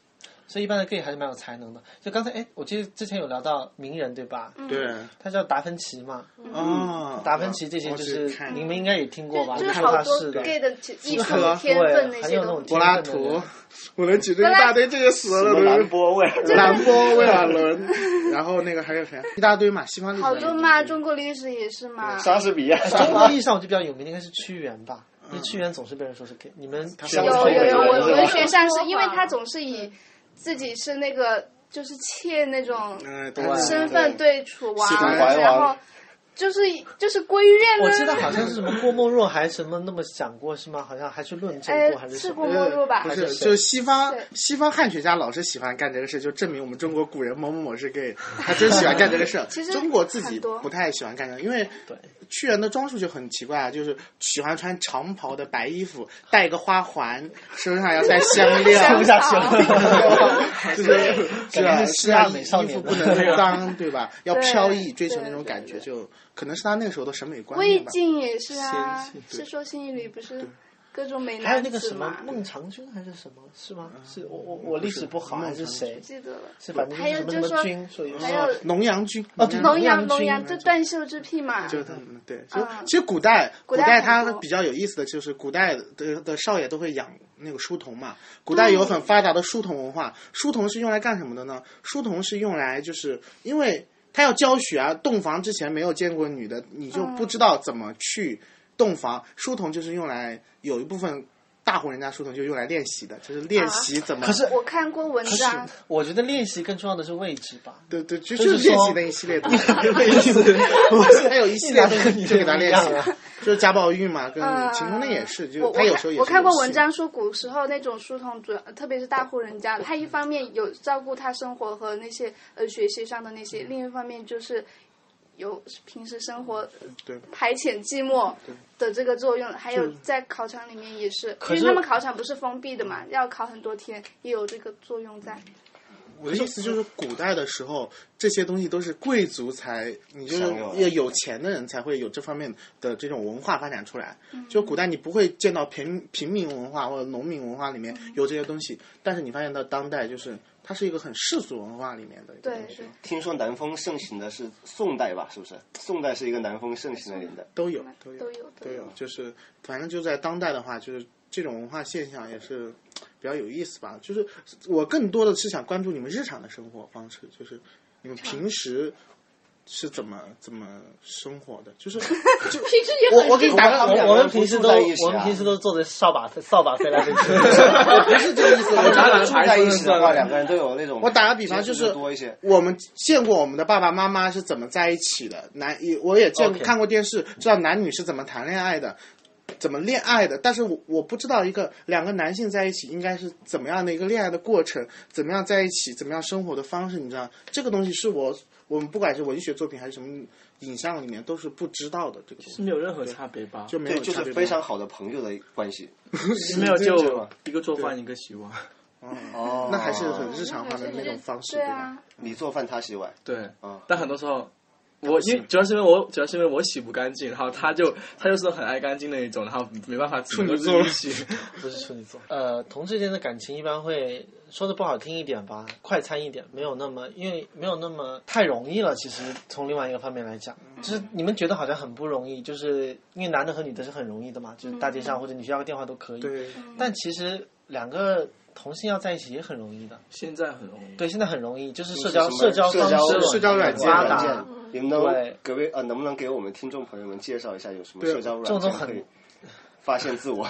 Speaker 8: 所以一般的 gay 还是蛮有才能的。就刚才哎，我记得之前有聊到名人对吧？
Speaker 1: 对
Speaker 8: 他叫达芬奇嘛，
Speaker 1: 啊，
Speaker 8: 达芬奇这些
Speaker 1: 哦我
Speaker 8: 就
Speaker 1: 去
Speaker 8: 是
Speaker 1: 看
Speaker 8: 你们应该也听嗯过吧？
Speaker 6: 嗯就是
Speaker 8: 看
Speaker 6: 好
Speaker 8: 他
Speaker 6: 多
Speaker 8: 是的，啊
Speaker 6: gay 的艺术
Speaker 1: 对
Speaker 6: 天分那
Speaker 8: 很
Speaker 6: 些
Speaker 8: 有那
Speaker 6: 都
Speaker 8: 种。
Speaker 1: 柏拉图，我能举出一大堆这些词
Speaker 4: 什么
Speaker 1: 了，
Speaker 4: 兰博威尔，
Speaker 1: 兰波、魏尔伦，然后那个还有谁啊？一大堆嘛，西方历史
Speaker 6: 好多嘛，中国历史也是嘛。
Speaker 4: 莎士比亚，
Speaker 8: 中国意义上我就比较啊有名的应该是屈原吧，
Speaker 6: 嗯
Speaker 8: 因为屈原总是被人说是 gay，你们
Speaker 1: 他
Speaker 8: 学
Speaker 1: 上
Speaker 8: 过
Speaker 6: 有
Speaker 1: 过
Speaker 6: 有有，
Speaker 4: 我
Speaker 6: 文
Speaker 4: 我
Speaker 6: 文学上是
Speaker 5: 我
Speaker 6: 因为他总是以自己是那个就是妾那种
Speaker 1: 嗯，对，
Speaker 6: 身份对楚王
Speaker 1: 喜欢，
Speaker 4: 怀王
Speaker 6: 然后就是就是归院
Speaker 8: 我
Speaker 6: 了。
Speaker 8: 记得好像是什么郭沫若还什么那么讲过是吗？好像还去论证
Speaker 6: 哎
Speaker 8: 过还，是什
Speaker 6: 是
Speaker 8: 么
Speaker 6: 郭？沫若吧
Speaker 1: 不？
Speaker 8: 还
Speaker 1: 是，
Speaker 8: 是谁
Speaker 1: 就是西方
Speaker 6: 对
Speaker 1: 西方汉学家老是喜欢干这个事，就证明我们中国古人某某某是 gay，他真喜欢干这个事儿。
Speaker 6: 其实
Speaker 1: 中国自己
Speaker 6: 很多
Speaker 1: 不太喜欢干这个，因为
Speaker 8: 对
Speaker 1: 屈原的装束就很奇怪啊，就是喜欢穿长袍的白衣服，戴个花环，身上要带项 链，
Speaker 8: 听不下去了。
Speaker 1: 就是是啊
Speaker 8: 感觉是希
Speaker 1: 是
Speaker 8: 腊
Speaker 1: 啊，
Speaker 8: 美少
Speaker 1: 衣服
Speaker 8: 年
Speaker 1: 不
Speaker 8: 的
Speaker 1: 能 脏，对吧？要
Speaker 6: 对
Speaker 1: 飘逸，追求
Speaker 6: 对
Speaker 1: 那种
Speaker 6: 对
Speaker 1: 感觉，
Speaker 6: 对
Speaker 1: 就可能是他那个时候的审美观
Speaker 6: 魏
Speaker 1: 念吧。
Speaker 6: 晋也是啊
Speaker 7: 仙，气对
Speaker 6: 《世说新语》里不是各种美
Speaker 8: 还有
Speaker 6: 男
Speaker 8: 那个
Speaker 6: 子
Speaker 8: 什么
Speaker 6: 嘛？
Speaker 8: 孟尝君还是什么
Speaker 6: 嗯
Speaker 8: 是吗？是我我我历史不好还是谁
Speaker 6: 不？记得了。
Speaker 8: 是反正
Speaker 6: 还有
Speaker 8: 什么
Speaker 6: 就
Speaker 8: 什
Speaker 6: 说
Speaker 8: 么君，所以
Speaker 6: 还有
Speaker 1: 农羊君
Speaker 8: 哦对
Speaker 6: 龙
Speaker 8: 农
Speaker 6: 阳
Speaker 8: 阳
Speaker 6: 龙
Speaker 8: 君
Speaker 6: 阳，这断袖之癖嘛。
Speaker 1: 就是他们对，就
Speaker 6: 嗯
Speaker 1: 其实古代
Speaker 6: 古
Speaker 1: 古
Speaker 6: 代
Speaker 1: 代
Speaker 6: 很
Speaker 1: 它
Speaker 6: 多
Speaker 1: 比较有意思的就是古代的的少爷都会养那个书童嘛，古
Speaker 6: 嗯
Speaker 1: 代有很发达的书童文化，书童是用来干什么的呢？书童是用来就是因为他要教学啊，洞房之前没有见过女的，你就
Speaker 6: 嗯
Speaker 1: 不知道怎么去洞房，书童就是用来有一部分。大户人家书童就用来练习的，就是
Speaker 6: 啊
Speaker 1: 练习怎么，
Speaker 8: 可是
Speaker 6: 我看过文章，
Speaker 8: 我觉得练习更重要的是位置吧。
Speaker 1: 对对，就
Speaker 8: 就
Speaker 1: 就是是练习
Speaker 8: 说
Speaker 1: 那一系列的，我还有一系列东西 就给他练习
Speaker 8: 一拿到你就不一样了，
Speaker 1: 就是家暴欲嘛，跟
Speaker 6: 呃，
Speaker 1: 秦钟嗯那也是，就
Speaker 6: 我
Speaker 1: 是他
Speaker 6: 我
Speaker 1: 有
Speaker 6: 看
Speaker 1: 时候也是
Speaker 6: 我看过
Speaker 1: 有戏
Speaker 6: 文，章说，古时候那种书童，主要特别是大户人家的，他一方面有照顾他生活和那些呃学习上的那些，另一方面就是有平时生活呃
Speaker 1: 嗯对
Speaker 6: 排遣寂寞的这个作用。还有在考场里面也是，
Speaker 8: 可
Speaker 6: 因为
Speaker 8: 是
Speaker 6: 他们考场不是封闭的嘛，要考很多天，也有这个作用在。
Speaker 1: 嗯我的意思就是古代的时候，这些东西都是贵族才，你就是
Speaker 4: 享有的
Speaker 1: 要有钱的人才会有这方面的这种文化发展出来。
Speaker 6: 嗯
Speaker 1: 就古代你不会见到平平民文化或者农民文化里面
Speaker 6: 嗯
Speaker 1: 有这些东西，但是你发现到当代就是它是一个很世俗文化里面的一个
Speaker 6: 对
Speaker 1: 东西
Speaker 6: 对，
Speaker 4: 听说南方盛行的是宋代吧？是不是？宋代是一个南方盛行的年代。
Speaker 1: 都有都
Speaker 6: 都
Speaker 1: 有
Speaker 6: 有都
Speaker 1: 都有，嗯就是反正就在当代的话，就是这种文化现象也是比较有意思吧。就是我更多的是想关注你们日常的生活方式，就是你们平时是怎么怎么生活的？就是就
Speaker 5: 平时也
Speaker 1: 我
Speaker 5: 很
Speaker 1: 我给你打个
Speaker 8: 我
Speaker 1: 比
Speaker 8: 们
Speaker 1: 方，
Speaker 8: 我们平时都
Speaker 4: 不住在一起啊
Speaker 8: 我们平时都坐着扫把扫把飞来飞 去，
Speaker 4: 不是这个意思，我觉得住在一起的话，两个人都有那种。
Speaker 1: 我打个比方就是
Speaker 4: 多一些。
Speaker 1: 我们见过我们的爸爸妈妈是怎么在一起的，男也我也见
Speaker 8: OK
Speaker 1: 看过电视，知道男女是怎么谈恋爱的，怎么恋爱的，但是我我不知道一个两个男性在一起应该是怎么样的一个恋爱的过程，怎么样在一起，怎么样生活的方式，你知道这个东西是我我们不管是文学作品还是什么影像里面都是不知道的这个东
Speaker 7: 是
Speaker 1: 西，
Speaker 7: 没有任何差别吧？
Speaker 1: 就没
Speaker 4: 对，
Speaker 1: 有
Speaker 4: 就
Speaker 1: 差
Speaker 4: 是
Speaker 1: 别
Speaker 4: 非常好的朋友的关系。
Speaker 7: 是没有
Speaker 4: 是这样
Speaker 7: 就
Speaker 4: 吧
Speaker 7: 一个做饭一个洗碗，
Speaker 4: 哦
Speaker 1: 那还是很日常化的那种方式，
Speaker 6: 对
Speaker 1: 吧？
Speaker 6: 啊，
Speaker 4: 你做饭，他洗碗。
Speaker 7: 对
Speaker 4: 嗯，
Speaker 7: 但很多时候。我因为主要是因为我主要是因为我洗不干净，然后他就他就是很爱干净那一种，然后没办法只能自己洗。
Speaker 8: 不是处女座。呃，同志间的感情一般会说的不好听一点吧，快餐一点，没有那么因为没有那么太容易了。其实从另外一个方面来讲，就是你们觉得好像很不容易，就是因为男的和女的是很容易的嘛，就是大街上或者你需要个电话都可以。
Speaker 1: 对，
Speaker 6: 嗯
Speaker 8: 但其实两个同性要在一起也很容易的。
Speaker 7: 现在很容易，
Speaker 8: 对，现在很容易，就是社
Speaker 4: 社
Speaker 8: 交社交
Speaker 4: 社
Speaker 8: 方
Speaker 4: 交
Speaker 8: 式
Speaker 1: 社交软件
Speaker 8: 发
Speaker 4: 软
Speaker 8: 达
Speaker 4: 件，，嗯你们能
Speaker 8: 对
Speaker 4: 各位呃，能不能给我们听众朋友们介绍一下有什么
Speaker 1: 对
Speaker 4: 社
Speaker 8: 这
Speaker 4: 交软
Speaker 8: 种
Speaker 4: 件
Speaker 8: 很
Speaker 4: 可以发现自 我？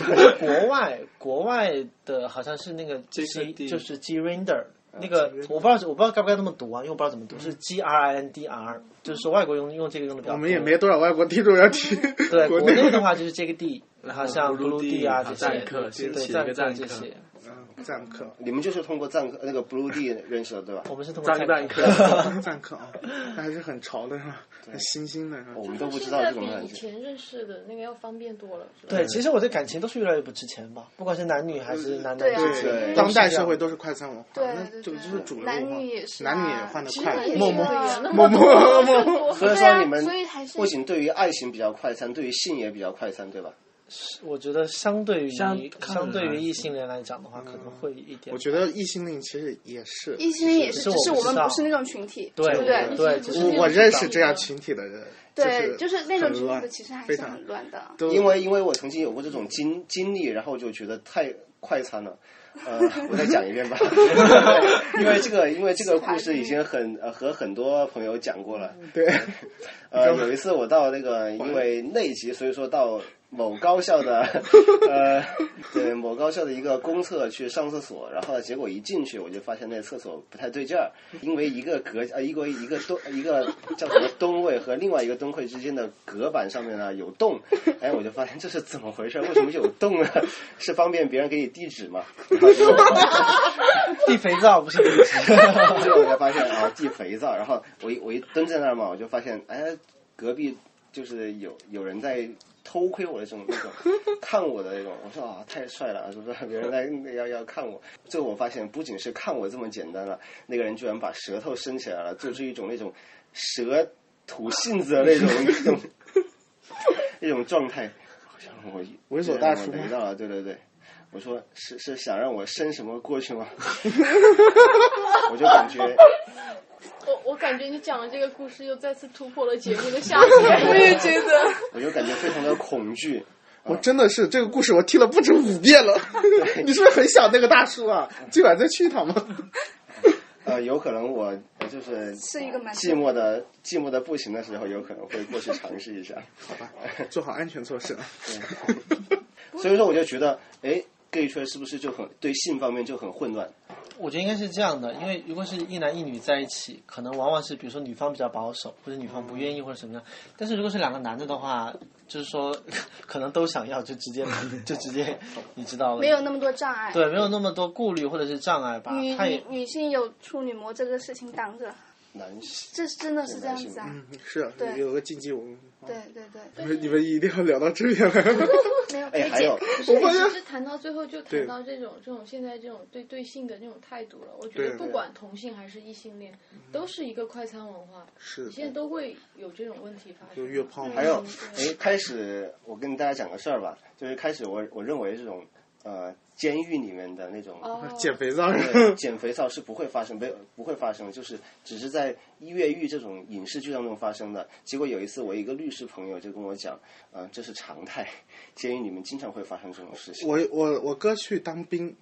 Speaker 8: 国外国外的好像是那个 G
Speaker 7: JKD
Speaker 8: 就是 G Render 那个我不知道我不知道该不该这么读啊，因为我不知道怎么读，是 G R I N D R，就是说外国用用这个用的比较
Speaker 1: 我
Speaker 8: 多。
Speaker 1: 们也没多少外国听众要 听，
Speaker 8: 对
Speaker 1: 国
Speaker 8: 国内的话就是 J K D，然后像
Speaker 7: Blue
Speaker 8: Blue
Speaker 7: D，
Speaker 8: D 啊
Speaker 7: 还
Speaker 8: 这
Speaker 7: 有
Speaker 8: 些，
Speaker 7: 赞客
Speaker 8: 对
Speaker 7: 先起
Speaker 8: 赞
Speaker 7: 了一个
Speaker 8: 客
Speaker 7: 赞
Speaker 8: 这
Speaker 7: 客
Speaker 8: 些，
Speaker 1: 嗯赞客，
Speaker 4: 你们就是通过赞客那个 Blue D 认识的对吧？
Speaker 8: 我们是通过
Speaker 7: 赞赞
Speaker 8: 客
Speaker 7: 客，
Speaker 1: 赞客啊，那还是很潮的是吧？很新兴的是吧
Speaker 4: 我？们都不知
Speaker 5: 现
Speaker 4: 道
Speaker 5: 在
Speaker 4: 这种
Speaker 5: 比
Speaker 4: 软
Speaker 5: 以
Speaker 4: 件。
Speaker 5: 前认识的那个要方便多了，是 吧
Speaker 8: 对，其实我对感情都是越来越不值钱吧，不管是男女还是男男
Speaker 6: 对啊
Speaker 8: 之间，
Speaker 4: 对
Speaker 1: 当代社会都是快餐文化，
Speaker 6: 对
Speaker 1: 那
Speaker 6: 对
Speaker 1: 这个
Speaker 6: 对
Speaker 1: 就是主流
Speaker 6: 男
Speaker 1: 文化，
Speaker 6: 女也是
Speaker 1: 男女也
Speaker 6: 啊
Speaker 1: 换的
Speaker 6: 直
Speaker 1: 快
Speaker 6: 男也，
Speaker 1: 默
Speaker 6: 是
Speaker 1: 默
Speaker 6: 啊
Speaker 1: 默默默默，
Speaker 5: 默
Speaker 4: 所以
Speaker 6: 对
Speaker 4: 说
Speaker 6: 啊
Speaker 4: 你们
Speaker 6: 所以还是
Speaker 4: 不仅对于爱情比较快餐，对于性也比较快餐，对吧？
Speaker 8: 我觉得相对于
Speaker 7: 相
Speaker 8: 相对于异性恋来讲的话，可能会一点
Speaker 1: 我。觉得异性恋其实也是，
Speaker 6: 异性恋也是，
Speaker 8: 是
Speaker 6: 只
Speaker 8: 我
Speaker 6: 是
Speaker 8: 不
Speaker 6: 我们
Speaker 8: 知道
Speaker 6: 不是那种群体，
Speaker 8: 对
Speaker 6: 不
Speaker 8: 对
Speaker 6: 对？
Speaker 8: 对，只是
Speaker 1: 我
Speaker 5: 那
Speaker 1: 我
Speaker 5: 种
Speaker 1: 认
Speaker 5: 群
Speaker 1: 识
Speaker 5: 体
Speaker 1: 这样
Speaker 5: 的
Speaker 1: 群体的人，
Speaker 6: 对，就是是那种
Speaker 1: 很
Speaker 6: 群
Speaker 1: 乱
Speaker 6: 体的其实还
Speaker 1: 非
Speaker 6: 是
Speaker 1: 常
Speaker 6: 很乱的。
Speaker 1: 都
Speaker 4: 因为因为我曾经有过这种经经历，然后就觉得太快餐了。呃，我再讲一遍吧，因为这个因为这个故事已经很呃和很多朋友讲过了。
Speaker 1: 对，
Speaker 4: 呃，有一次我到那个因为内急，所以说到某高校的呃对某高校的一个公厕去上厕所，然后结果一进去我就发现那厕所不太对劲儿，因为一个隔呃因为一个蹲一个叫什么蹲位和另外一个蹲位之间的隔板上面呢有洞，哎，我就发现这是怎么回事？为什么有洞呢？是方便别人给你递纸吗？
Speaker 8: 递肥皂不是地址，
Speaker 4: 最后我才发现啊，递肥皂，然后我一我一蹲在那儿嘛，我就发现哎，隔壁就是有有人在偷窥我的这种那种看我的那种，我说啊太帅了，是不是？别人在要要看我，最后我发现不仅是看我这么简单了，那个人居然把舌头伸起来了，做出一种那种蛇吐信子的那种那 种那种状态，好像我
Speaker 1: 猥琐大叔
Speaker 4: 我
Speaker 1: 吗
Speaker 4: 逮到啊了，对对对。我说是是想让我伸什么过去 吗？我就感觉
Speaker 5: 我我感觉你讲的这个故事又再次突破了节目的下限， 我也觉得。
Speaker 4: 我就感觉非常的恐惧。
Speaker 1: 我真的是这个故事我听了不止五遍了， 你是不是很想那个大叔啊？今晚再去一趟吗？
Speaker 4: 呃，有可能我我就是
Speaker 6: 是一个蛮
Speaker 4: 寂寞的寂寞的不行的时候，有可能会过去尝试一下。
Speaker 1: 好吧，做好安全措施。
Speaker 4: 所以说，我就觉得，哎，gay 圈是不是就很对性方面就很混乱？
Speaker 8: 我觉得应该是这样的，因为如果是一男一女在一起，可能往往是比如说女方比较保守，或者女方不愿意或者什么样。但是如果是两个男的的话，就是说可能都想要，就直接就直接，你知道了，
Speaker 6: 没有那嗯么多障碍。
Speaker 8: 对，没有那么多顾虑或者是障碍吧
Speaker 6: 女。
Speaker 8: 他也
Speaker 6: 女女性有处女膜这个事情挡着，
Speaker 4: 男
Speaker 6: 这真的是这样子啊？
Speaker 1: 嗯，是
Speaker 6: 对
Speaker 1: 有个禁忌文化。
Speaker 6: 对对对，
Speaker 1: 你们你们一定要聊到这 边来。
Speaker 6: 没有可
Speaker 4: 哎，
Speaker 6: 以
Speaker 4: 还
Speaker 6: 解
Speaker 4: 有
Speaker 5: 是，
Speaker 1: 发现
Speaker 5: 其实谈到最后就谈到这种这种现在这种对对性的这种态度了。我觉
Speaker 1: 对
Speaker 5: 得不管同性还是异性恋，都是一个快餐文化，
Speaker 1: 是
Speaker 5: 现在都会有这种问题发生。
Speaker 1: 有约炮吗
Speaker 4: 还有
Speaker 5: 嗯，对
Speaker 4: 哎，开始我跟大家讲个事儿吧，就是开始我我认为这种呃监狱里面的那种
Speaker 5: 哦，
Speaker 1: 减肥皂是吧
Speaker 4: 对，减肥皂是不会发生，不不会发生，就是只是在越狱这种影视剧当中发生的。结果有一次，我一个律师朋友就跟我讲，呃， 这是常态，监狱里面经常会发生这种事情。
Speaker 1: 我我我哥去当兵，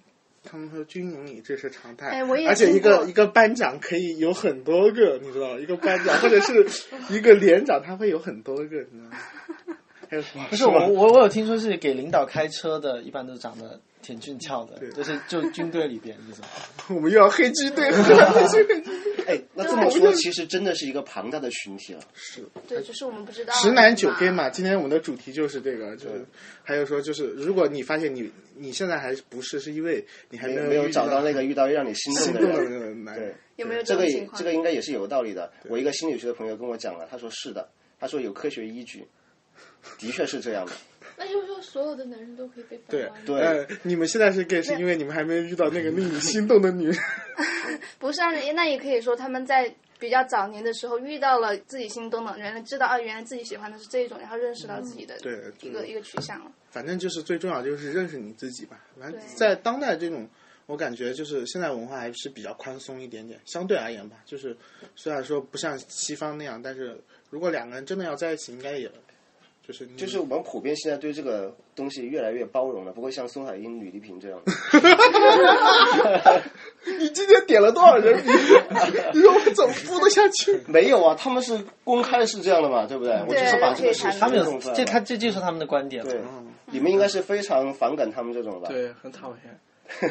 Speaker 1: 他们说军营里这是常态，
Speaker 6: 哎我也
Speaker 1: 而且
Speaker 6: 听
Speaker 1: 一个
Speaker 6: 过
Speaker 1: 一个班长可以有很多个，你知道，一个班长或者是一个连长，他会有很多个，你知道吗？还有什么？
Speaker 8: 不是我，我我有听说是给领导开车的，一般都长得挺俊俏的，就是就军队里边 这种。
Speaker 1: 我们又要黑军队，又 要黑军队。
Speaker 6: 啊
Speaker 4: 哎，那
Speaker 1: 啊
Speaker 4: 这么说，其实真的是一个庞大的群体了。
Speaker 1: 是
Speaker 6: 对，就是我们不知道。
Speaker 1: 十男九 gay。嘛，今天我们的主题就是这个，就是还有说就是，如果你发现你你现在还不是，是因为你还
Speaker 4: 没
Speaker 1: 有
Speaker 4: 没有
Speaker 1: 遇
Speaker 4: 找到那个遇到让你心动
Speaker 1: 心
Speaker 4: 的
Speaker 1: 动的
Speaker 4: 人，
Speaker 1: 那个男
Speaker 4: 对
Speaker 1: 人。，
Speaker 6: 有没有这
Speaker 4: 这个
Speaker 6: 种
Speaker 4: 也
Speaker 6: 情况？
Speaker 4: 这个应该也是有道理的。我一个心理学的朋友跟我讲了，他说是的，他说有科学依据，的确是这样的。
Speaker 5: 那就是说所有的男人都可以被
Speaker 1: 对
Speaker 5: 掰弯。
Speaker 4: 对
Speaker 1: 呃你们现在是 gay，是因为你们还没有遇到那个令你心动的女人。
Speaker 6: 不是啊，那也可以说他们在比较早年的时候遇到了自己心动的，原来知道啊，原来自己喜欢的是这一种，然后认识到自己的
Speaker 1: 对
Speaker 6: 一个、
Speaker 1: 嗯
Speaker 6: 一个取向了。
Speaker 1: 反正就是最重要就是认识你自己吧。反正
Speaker 6: 对
Speaker 1: 在当代这种，我感觉就是现在文化还是比较宽松一点点，相对而言吧。就是虽然说不像西方那样，但是如果两个人真的要在一起，应该也就是
Speaker 8: 嗯
Speaker 1: 你
Speaker 4: 就是我们普遍现在对这个东西越来越包容了，不会像宋海英、吕丽萍这 样。
Speaker 1: 你今天点了多少 人名？你说我怎么播得下去？
Speaker 4: 没有啊，他们是公开是这样的嘛，对不对？我就是把这个事实
Speaker 8: 他们有
Speaker 4: 弄出来了
Speaker 8: 这他嗯这就是他们的观点。
Speaker 4: 对，你们应该是非常反感他们这种吧？
Speaker 7: 对，很讨厌。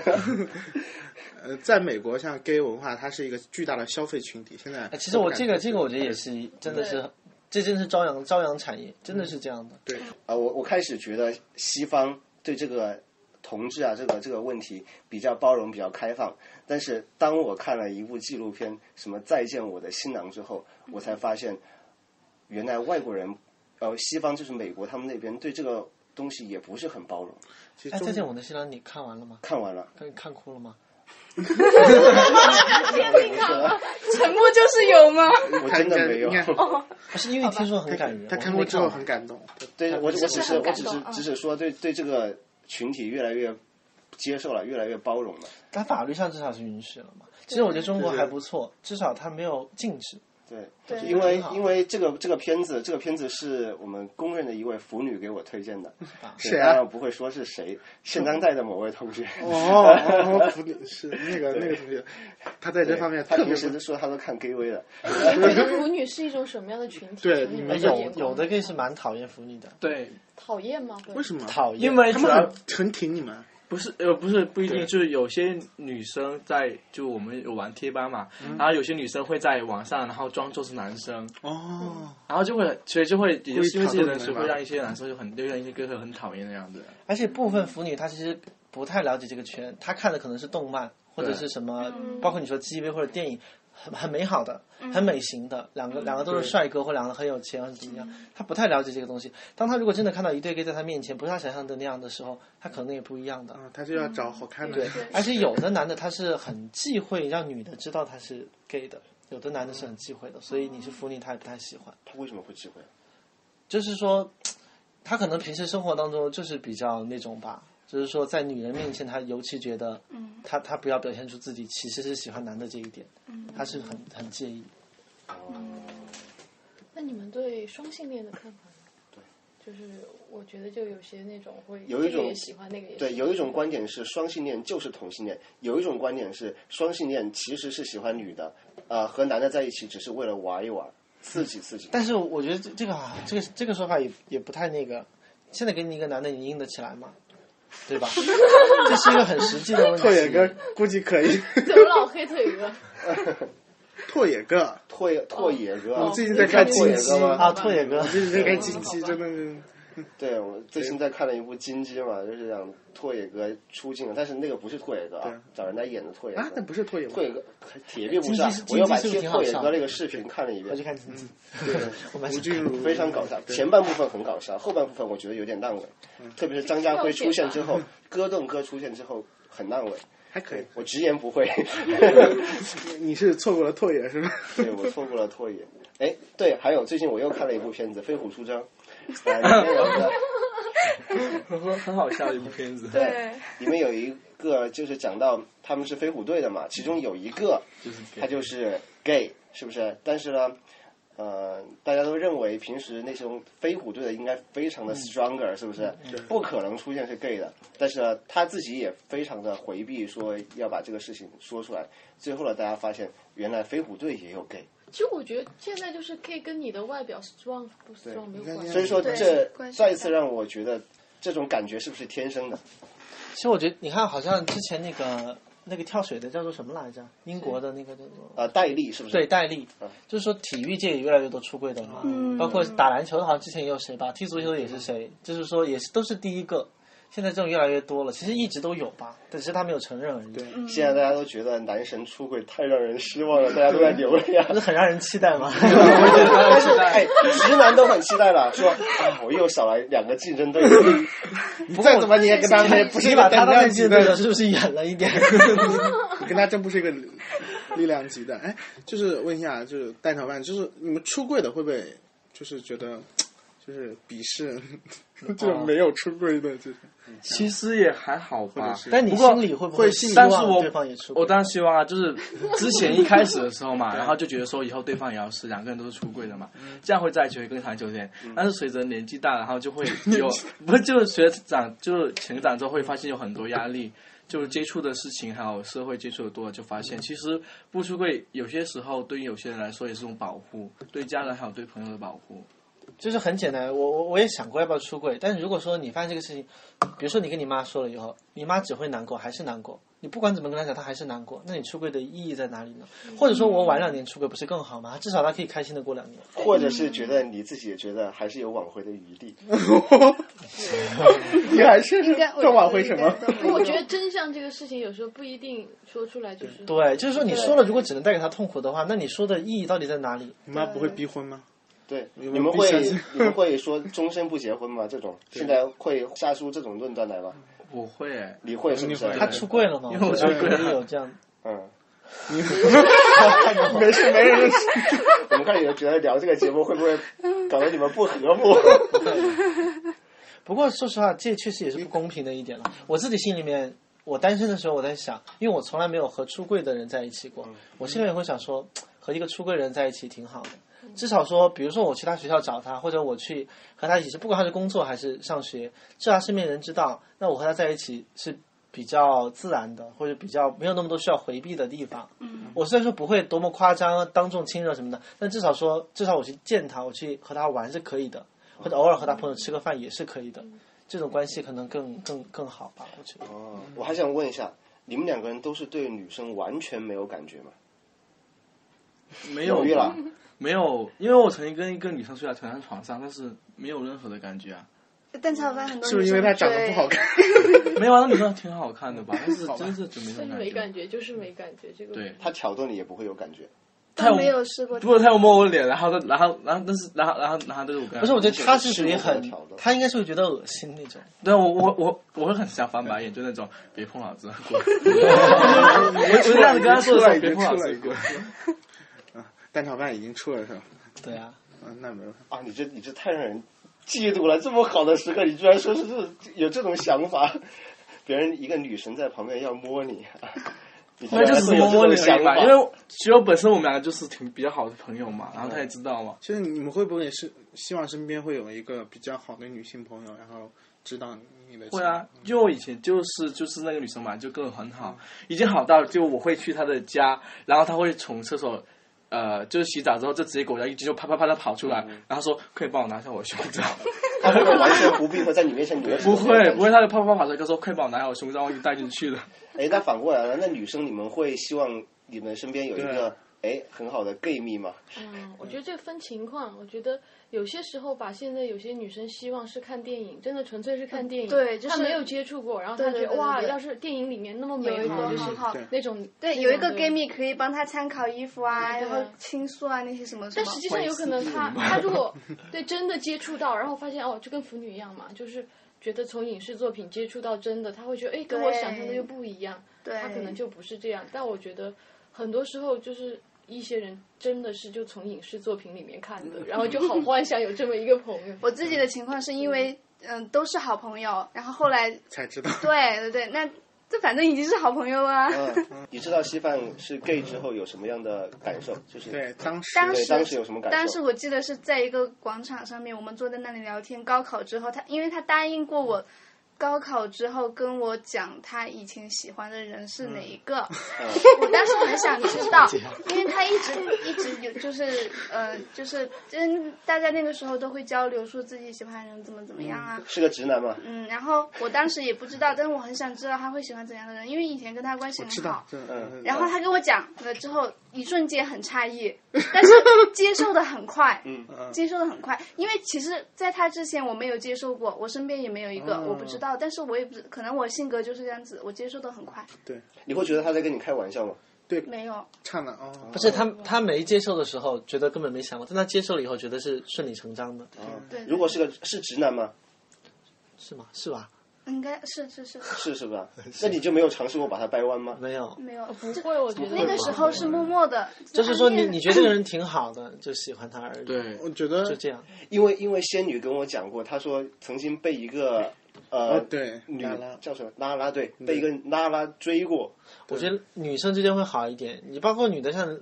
Speaker 1: 呃，在美国，像 gay 文化，它是一个巨大的消费群体。现在
Speaker 8: 哎，其实我这个这个，我觉得也
Speaker 1: 是
Speaker 8: 是真的是，这真的是朝阳朝阳产业，真的是这样的。
Speaker 1: 对，
Speaker 4: 啊，我我开始觉得西方对这个同志啊这个这个问题比较包容、比较开放。但是当我看了一部纪录片，什么《再见我的新郎》之后，我才发现，原来外国人，呃，西方就是美国，他们那边对这个东西也不是很包容。
Speaker 1: 其实
Speaker 8: 哎，
Speaker 1: 中
Speaker 8: 再见我的新郎，你看完了吗？
Speaker 4: 看完了，
Speaker 8: 看看哭了 吗？
Speaker 6: 啊沉默就是有吗？
Speaker 4: 我真的没有
Speaker 1: 你。看你
Speaker 8: 不啊是因为听说很感人，
Speaker 1: 他
Speaker 8: 我
Speaker 1: 看
Speaker 8: 没
Speaker 1: 过之后
Speaker 8: 完
Speaker 1: 很感动。
Speaker 4: 对我，我只
Speaker 5: 是
Speaker 4: 是
Speaker 5: 很
Speaker 4: 我
Speaker 5: 感
Speaker 4: 只是
Speaker 5: 动嗯
Speaker 4: 只是说对对这个群体越来越接受了，越来越包容了。
Speaker 8: 但法律上至少是允许了嘛。其实我觉得中国
Speaker 1: 对对
Speaker 8: 还不错，至少它没有禁止。
Speaker 4: 对，
Speaker 6: 对
Speaker 4: 因为
Speaker 8: 挺好
Speaker 4: 因为这个这个片子，这个片子是我们公认的一位腐女给我推荐的，对
Speaker 1: 谁啊
Speaker 4: 当然我不会说是谁，现当代的某位同学。
Speaker 1: 哦，哦，不是那个那个同学，他 在
Speaker 4: 对
Speaker 1: 这方面
Speaker 4: 他
Speaker 1: 特别
Speaker 4: 平
Speaker 1: 不
Speaker 4: 时说他都看 GV 的，
Speaker 5: 觉得腐女是一种什么样的群体？
Speaker 1: 对
Speaker 5: 从
Speaker 1: 你
Speaker 5: 你
Speaker 8: 哎
Speaker 5: 们
Speaker 1: 们
Speaker 5: 的
Speaker 8: 有
Speaker 5: 眼光
Speaker 8: 有的 gay 是蛮讨厌腐女的，
Speaker 7: 对，
Speaker 5: 讨厌吗？会
Speaker 1: 为什么？
Speaker 8: 讨厌，
Speaker 7: 因为
Speaker 1: 他
Speaker 7: 主
Speaker 1: 们
Speaker 7: 要
Speaker 1: 很很挺你们，
Speaker 7: 不是呃不是不一
Speaker 1: 对
Speaker 7: 定，就是有些女生在就我们有玩贴吧嘛，然后有些女生会在网上然后装作是男生，
Speaker 1: 哦，
Speaker 7: 然后就会所以就会也就是因为这些
Speaker 1: 故意挑逗你
Speaker 7: 人
Speaker 1: 们
Speaker 7: 是
Speaker 1: 吧
Speaker 7: 会让一些男生就很就让一些哥哥很讨厌的 样子。
Speaker 8: 而且部分腐女她其实不太了解这个圈，她看的可能是动漫或者
Speaker 7: 对
Speaker 8: 是什么，包括你说 G V 或者电影，很很美好的，很美型的，两个两个都是
Speaker 1: 对
Speaker 8: 帅哥或两个很有钱或者怎么样，她不太了解这个东西。当她如果真的看到一对 gay 在她面前不是她想象的那样的时候，她可能也不一样的。
Speaker 1: 啊，他就要找好看的，
Speaker 8: 对，而且有的男的他是很忌讳让女的知道他是 gay 的，有的男的是很忌讳的，所以你是腐女他也不太喜欢。
Speaker 4: 他为什么会忌讳？
Speaker 8: 就是说，他可能平时生活当中就是比较那种吧，就是说在女人面前，他尤其觉得，
Speaker 6: 嗯
Speaker 8: 他他不要表现出自己其实是喜欢男的这一点，他是很很介意。
Speaker 5: 那你们对双性恋的看法呢？对，就是我觉得就有些那种会
Speaker 4: 有一
Speaker 5: 这个
Speaker 4: 种
Speaker 5: 也喜欢那个也喜欢
Speaker 4: 对，有一种观点是双性恋就是同性恋，有一种观点是双性恋其实是喜欢女的，呃，和男的在一起只是为了玩一玩，刺激刺激。
Speaker 8: 但是我觉得这这个啊，这个这个说法也也不太那个。现在给你一个男的，你硬得起来吗？对吧？这是一个很实际的问 题。
Speaker 1: 拓野哥估计可以，
Speaker 5: 怎么老黑腿 哥？
Speaker 1: 拓野哥，
Speaker 4: 拓拓野哥啊，
Speaker 1: 我最近在看
Speaker 4: 你
Speaker 1: 金
Speaker 4: 看
Speaker 1: 鸡
Speaker 4: 拓野哥吗？
Speaker 8: 啊，拓野哥，
Speaker 1: 最近在看金鸡，真的是，
Speaker 4: 对，我最近在看了一部《金鸡》嘛，就是讲拓野哥出镜了，但是那个不是拓野哥
Speaker 1: 对
Speaker 4: 啊，找人家演的拓野
Speaker 1: 啊，那
Speaker 4: 哥。
Speaker 1: 不是拓野吗？
Speaker 4: 拓野哥铁壁不是啊
Speaker 8: 金鸡是，
Speaker 4: 我又把
Speaker 8: 金鸡是不是
Speaker 4: 贴
Speaker 8: 挺
Speaker 4: 拓
Speaker 8: 好
Speaker 4: 野
Speaker 8: 笑的
Speaker 4: 哥那个视频看了一
Speaker 8: 我去
Speaker 4: 遍，
Speaker 1: 嗯
Speaker 8: 看金鸡，
Speaker 4: 对，
Speaker 8: 我蛮
Speaker 1: 吴
Speaker 8: 喜
Speaker 1: 君
Speaker 8: 欢。
Speaker 1: 如
Speaker 4: 非常搞笑。
Speaker 1: 对
Speaker 4: 前半部分很搞笑，后半部分我觉得有点烂尾，
Speaker 8: 嗯
Speaker 4: 特别是张家辉出现之 后，戈栋哥出现之后很烂尾。
Speaker 1: 还可以，
Speaker 4: 我直言不讳，
Speaker 1: 你是错过了拓野是吧？
Speaker 4: 对我错过了拓野。哎，对，还有最近我又看了一部片子《飞虎出 征》，呃，里面有一个
Speaker 7: 很很好笑的一部片子，
Speaker 6: 对，
Speaker 4: 里面有一个就是讲到他们是飞虎队的嘛，其中有一个
Speaker 7: 就是
Speaker 4: 他就是 gay，是不是？但是呢，呃，大家都认为平时那种非虎队的应该非常的 stronger，、是不是？不可能出现是 gay 的。但是呢，他自己也非常的回避说要把这个事情说出来。最后呢，大家发现原来飞虎队也有 gay，
Speaker 5: 其实我觉得现在就是 K 跟你的外表 strong 不 strong 没有关系。
Speaker 4: 所以说
Speaker 6: 嗯对
Speaker 4: 这
Speaker 6: 关系
Speaker 4: 再一次让我觉得这种感觉是不是天生的？
Speaker 8: 其实我觉得，你看，好像之前那个那个跳水的叫做什么来着？英国的那个叫做
Speaker 4: 啊，戴笠是不是？
Speaker 8: 对戴笠
Speaker 4: 嗯，
Speaker 8: 就是说体育界也越来越多出柜的嘛，包括打篮球的，好像之前也有谁吧，踢足球的也是谁，就是说也是都是第一个。现在这种越来越多了，其实一直都有吧，只是他没有承认而已。对，
Speaker 4: 现在大家都觉得男神出轨太让人失望了，大家都在流泪啊
Speaker 8: 不。是很让人期待吗？
Speaker 4: 但是哎，直男都很期待了，说啊，我又少了两个竞争对手，再怎么你也跟他们不是
Speaker 8: 你
Speaker 4: 一
Speaker 8: 把
Speaker 4: 个
Speaker 8: 他当
Speaker 4: 等量
Speaker 8: 成
Speaker 4: 级
Speaker 8: 竞
Speaker 4: 的
Speaker 8: 对手，是不是远了一点？
Speaker 1: 你跟他真不是一个力量级的。哎，就是问一下，就是蛋炒饭，就是你们出柜的会不会就是觉得就是鄙视，就是没有出柜的，就是
Speaker 7: 其实也还好吧，
Speaker 8: 但你心里会不会
Speaker 1: 会
Speaker 8: 希
Speaker 1: 希
Speaker 7: 但是
Speaker 8: 望
Speaker 7: 我
Speaker 8: 对方也出轨？
Speaker 7: 我当然希望啊，就是之前一开始的时候嘛，然后就觉得说以后对方也要是两个人都是出柜的嘛，这样会在一起会更长久一点。但是随着年纪大，然后就会有 不是就是学长就是成长之后会发现有很多压力，就是接触的事情还有社会接触的多了，就发现其实不出柜有些时候对于有些人来说也是一种保护，对家人还有对朋友的保护。
Speaker 8: 就是很简单，我我我也想过要不要出柜，但是如果说你发现这个事情，比如说你跟你妈说了以后，你妈只会难过，还是难过，你不管怎么跟她讲，她还是难过，那你出柜的意义在哪里呢？或者说我晚两年出柜不是更好吗？至少她可以开心的过两年。
Speaker 4: 或者是觉得你自己也觉得还是有挽回的余地。
Speaker 1: 你还是
Speaker 6: 应该
Speaker 1: 在挽回什么？？
Speaker 5: 我觉得真相这个事情有时候不一定说出来就是
Speaker 8: 对，就是说你说了，如果只能带给她痛苦的话，那你说的意义到底在哪里？
Speaker 1: 你妈不会逼婚吗？
Speaker 4: 对，
Speaker 1: 们
Speaker 4: 你们
Speaker 1: 必
Speaker 4: 会
Speaker 1: 相信
Speaker 4: 你们会说终身不结婚吗？这种现在会下出这种论断来吗？
Speaker 7: 我会欸，
Speaker 4: 你会是不是
Speaker 1: 你？会
Speaker 8: 她出柜了吗？
Speaker 7: 因为我出柜了
Speaker 8: 也有这样。
Speaker 4: 嗯，
Speaker 1: 没事没人认识。
Speaker 4: 我们开始觉得聊这个节目会不会搞得你们不和睦？
Speaker 8: 不过说实话，这确实也是不公平的一点了。我自己心里面，我单身的时候我在想，因为我从来没有和出柜的人在一起过，我心里面会想说，和一个出柜人在一起挺好的。至少说，比如说我去他学校找他，或者我去和他一起吃，不管他是工作还是上学，至少他身边人知道，那我和他在一起是比较自然的，或者比较没有那么多需要回避的地方。嗯，我虽然说不会多么夸张、当众亲热什么的，但至少说，至少我去见他，我去和他玩是可以的，或者偶尔和他朋友吃个饭也是可以的。这种关系可能更更更好吧，我觉得。
Speaker 4: 哦，我还想问一下，你们两个人都是对女生完全没有感觉吗？
Speaker 7: 没有
Speaker 4: 犹豫了，
Speaker 7: 没有，因为我曾经跟一个女生睡在同一张床上，但是没有任何的感觉啊。
Speaker 6: 蛋炒饭很多
Speaker 1: 是不是因为他长得不好看？
Speaker 7: 没有啊，那女生挺好看的吧？但是真是就没
Speaker 5: 但
Speaker 7: 什
Speaker 5: 是
Speaker 7: 么
Speaker 5: 没
Speaker 7: 感
Speaker 5: 感
Speaker 7: 觉。
Speaker 5: 觉就是没感觉这个
Speaker 7: 对，
Speaker 4: 他挑逗你也不会有感觉。
Speaker 6: 追？都没有试过
Speaker 7: 不。过他有摸我脸，然后他，然后，然后，但是，然后，然后，然后，但是我跟他
Speaker 8: 不是，我觉得他是属于很
Speaker 4: 是我调的，
Speaker 8: 他应该是会觉得恶心那种。
Speaker 7: 对啊我，我，我，我会很想翻白眼，就那种别碰 老子，滚！
Speaker 1: 我
Speaker 7: 我就这样子跟他说的时候，别碰老子，滚！
Speaker 1: 蛋炒饭已经出了是吧？
Speaker 8: 对啊，
Speaker 1: 嗯，那没有。
Speaker 4: 啊，你这你这太让人嫉妒了！这么好的时刻，你居然说是这有这种想法，别人一个女神在旁边要摸你，啊你居
Speaker 7: 那
Speaker 4: 然
Speaker 7: 就只是
Speaker 4: 会有
Speaker 7: 摸摸
Speaker 4: 这种
Speaker 7: 你而
Speaker 4: 想
Speaker 7: 已嘛，
Speaker 4: 法，
Speaker 7: 因为其实我本身我们两个就是挺比较好的朋友嘛，然后他也知道嘛。
Speaker 1: 其实你们会不会也是希望身边会有一个比较好的女性朋友，然后知道你的？
Speaker 7: 会啊，，因为我以前就是就是那个女生嘛，就跟我很好，已经好到就我会去她的家，然后她会从厕所，呃，就是洗澡之后就直接给我一直就啪啪啪的跑出来，
Speaker 4: 嗯
Speaker 7: 然后说可以帮我拿下我胸 罩，
Speaker 4: 他会完全不避讳在你面前 你
Speaker 7: 不会不会，。她就啪啪啪跑出来，她说可以帮我拿下我胸罩，我已经带进 去了。
Speaker 4: 哎，那反过来了，那女生你们会希望你们身边有一个哎很好的 gay 蜜吗？
Speaker 5: 嗯，我觉得这分情况。我觉得有些时候吧，现在有些女生希望是看电影，真的纯粹是看电影，
Speaker 6: 嗯对就是
Speaker 5: 她没有接触过，然后她觉
Speaker 6: 对对
Speaker 5: 得
Speaker 6: 对
Speaker 5: 哇，
Speaker 6: 对
Speaker 5: 要是电影里面那么
Speaker 6: 有
Speaker 5: 美
Speaker 6: 一个
Speaker 5: 好，就
Speaker 6: 很
Speaker 5: 是
Speaker 6: 好，
Speaker 5: 那种
Speaker 6: 对，有一个 gay。
Speaker 5: 那种的
Speaker 6: 蜜可以帮他参考衣服啊，
Speaker 5: 对
Speaker 6: 然
Speaker 5: 啊
Speaker 6: 后倾诉啊那些什么什
Speaker 5: 但
Speaker 6: 么。
Speaker 5: 实际上有可能她她如果对真的接触到，然后发现哦，就跟腐女一样嘛，就是觉得从影视作品接触到真的，她会觉得哎，跟我
Speaker 6: 对
Speaker 5: 想象的又不一样，
Speaker 6: 对，
Speaker 5: 她可能就不是这样。但我觉得很多时候就是。一些人真的是就从影视作品里面看的，然后就好幻想有这么一个朋友。
Speaker 6: 我自嗯己的情况是因为嗯、都是好朋友，然后后来
Speaker 1: 才知道。
Speaker 6: 对对对，那这反正已经是好朋友了啊。
Speaker 4: 嗯，你知道稀饭是 gay 之后有什么样的感受？就是
Speaker 1: 对，当时
Speaker 6: 当时
Speaker 4: 对当时有什么感受
Speaker 6: 当时我记得是在一个广场上面，我们坐在那里聊天。高考之后，他因为他答应过我，高考之后跟我讲他以前喜欢的人是
Speaker 1: 嗯
Speaker 6: 哪一 个。我当时很想知道，因为他一直一直有就是呃就是嗯，大家那个时候都会交流说自己喜欢的人怎么怎么样啊。
Speaker 4: 是个直男嘛？
Speaker 6: 嗯，然后我当时也不知道，但是我很想知道他会喜欢怎样的人，因为以前跟他关系
Speaker 1: 我知
Speaker 6: 很好
Speaker 1: 道。，对
Speaker 4: 嗯
Speaker 6: 然后他跟我讲了之后，一瞬间很诧异，但是接受的很快，
Speaker 4: 嗯
Speaker 6: 接受的很快。因为其实在他之前我没有接受过，我身边也没有一个，
Speaker 8: 嗯
Speaker 1: 哦
Speaker 6: 我不知道，但是我也不知可能我性格就是这样子，我接受的很快。
Speaker 4: 你会觉得他在跟你开玩笑吗？
Speaker 6: 没有，
Speaker 1: 唱的哦，
Speaker 8: 不是他他没接受的时候，觉得根本没想过，但他接受了以后，觉得是顺理成章的，
Speaker 6: 对，
Speaker 4: 啊如果是个是直男吗？
Speaker 8: 是吗？是吧？
Speaker 6: 应该是是是，
Speaker 4: 是是 吧？那你就没有尝试过把他掰弯吗？
Speaker 8: 没有，
Speaker 6: 没有。
Speaker 5: 不会，我觉得
Speaker 6: 那个时候是默默的，
Speaker 8: 就是说你
Speaker 6: 暗恋
Speaker 8: 你觉得这个人挺好的，就喜欢他而已，，
Speaker 7: 对，
Speaker 1: 我觉得
Speaker 8: 就这样。
Speaker 4: 因为因为仙女跟我讲过，她说曾经被一个呃、
Speaker 1: 哦对
Speaker 4: 女
Speaker 1: 拉嗯拉
Speaker 4: 叫什么拉拉对，被一个拉拉追过，
Speaker 8: 我觉得女生之间会好一点，你包括女的像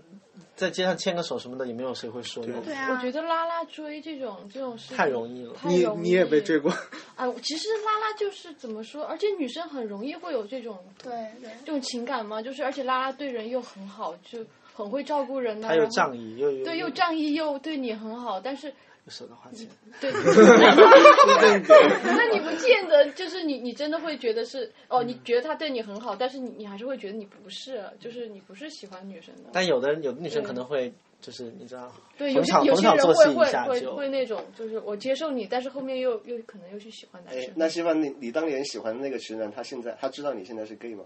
Speaker 8: 在街上牵个手什么的，也没有谁会说
Speaker 1: 对
Speaker 8: 你
Speaker 6: 对啊，
Speaker 5: 我觉得拉拉追这种这种事情
Speaker 8: 太容易了
Speaker 5: 太
Speaker 1: 你
Speaker 5: 容
Speaker 1: 你也
Speaker 5: 易
Speaker 1: 被追过，
Speaker 5: 啊！其实拉拉就是怎么说，而且女生很容易会有这种
Speaker 6: 对对。
Speaker 5: 这种情感嘛，就是而且拉拉对人又很好，就很会照顾人呐、啊
Speaker 8: 他又
Speaker 5: 然后
Speaker 8: 仗义又又
Speaker 5: 对，又仗义又对你很好，但是
Speaker 8: 又舍得花钱，
Speaker 5: 对，那你不见得就是你，你真的会觉得是哦，你觉得他对你很好，但是你你还是会觉得你不是，就是你不是喜欢女生的。
Speaker 8: 但有的人有的女生可能会就是你知道，
Speaker 5: 对，有
Speaker 8: 逢
Speaker 5: 些
Speaker 8: 场
Speaker 5: 有
Speaker 8: 逢
Speaker 5: 些
Speaker 8: 场
Speaker 5: 人
Speaker 8: 作
Speaker 5: 会
Speaker 8: 戏一
Speaker 5: 会
Speaker 8: 下
Speaker 5: 会
Speaker 8: 就
Speaker 5: 会那种，就是我接受你，但是后面又又可能又去喜欢男
Speaker 4: 哎
Speaker 5: 生，。
Speaker 4: 那希望你你当年喜欢的那个直男，他现在他知道你现在是 gay 吗？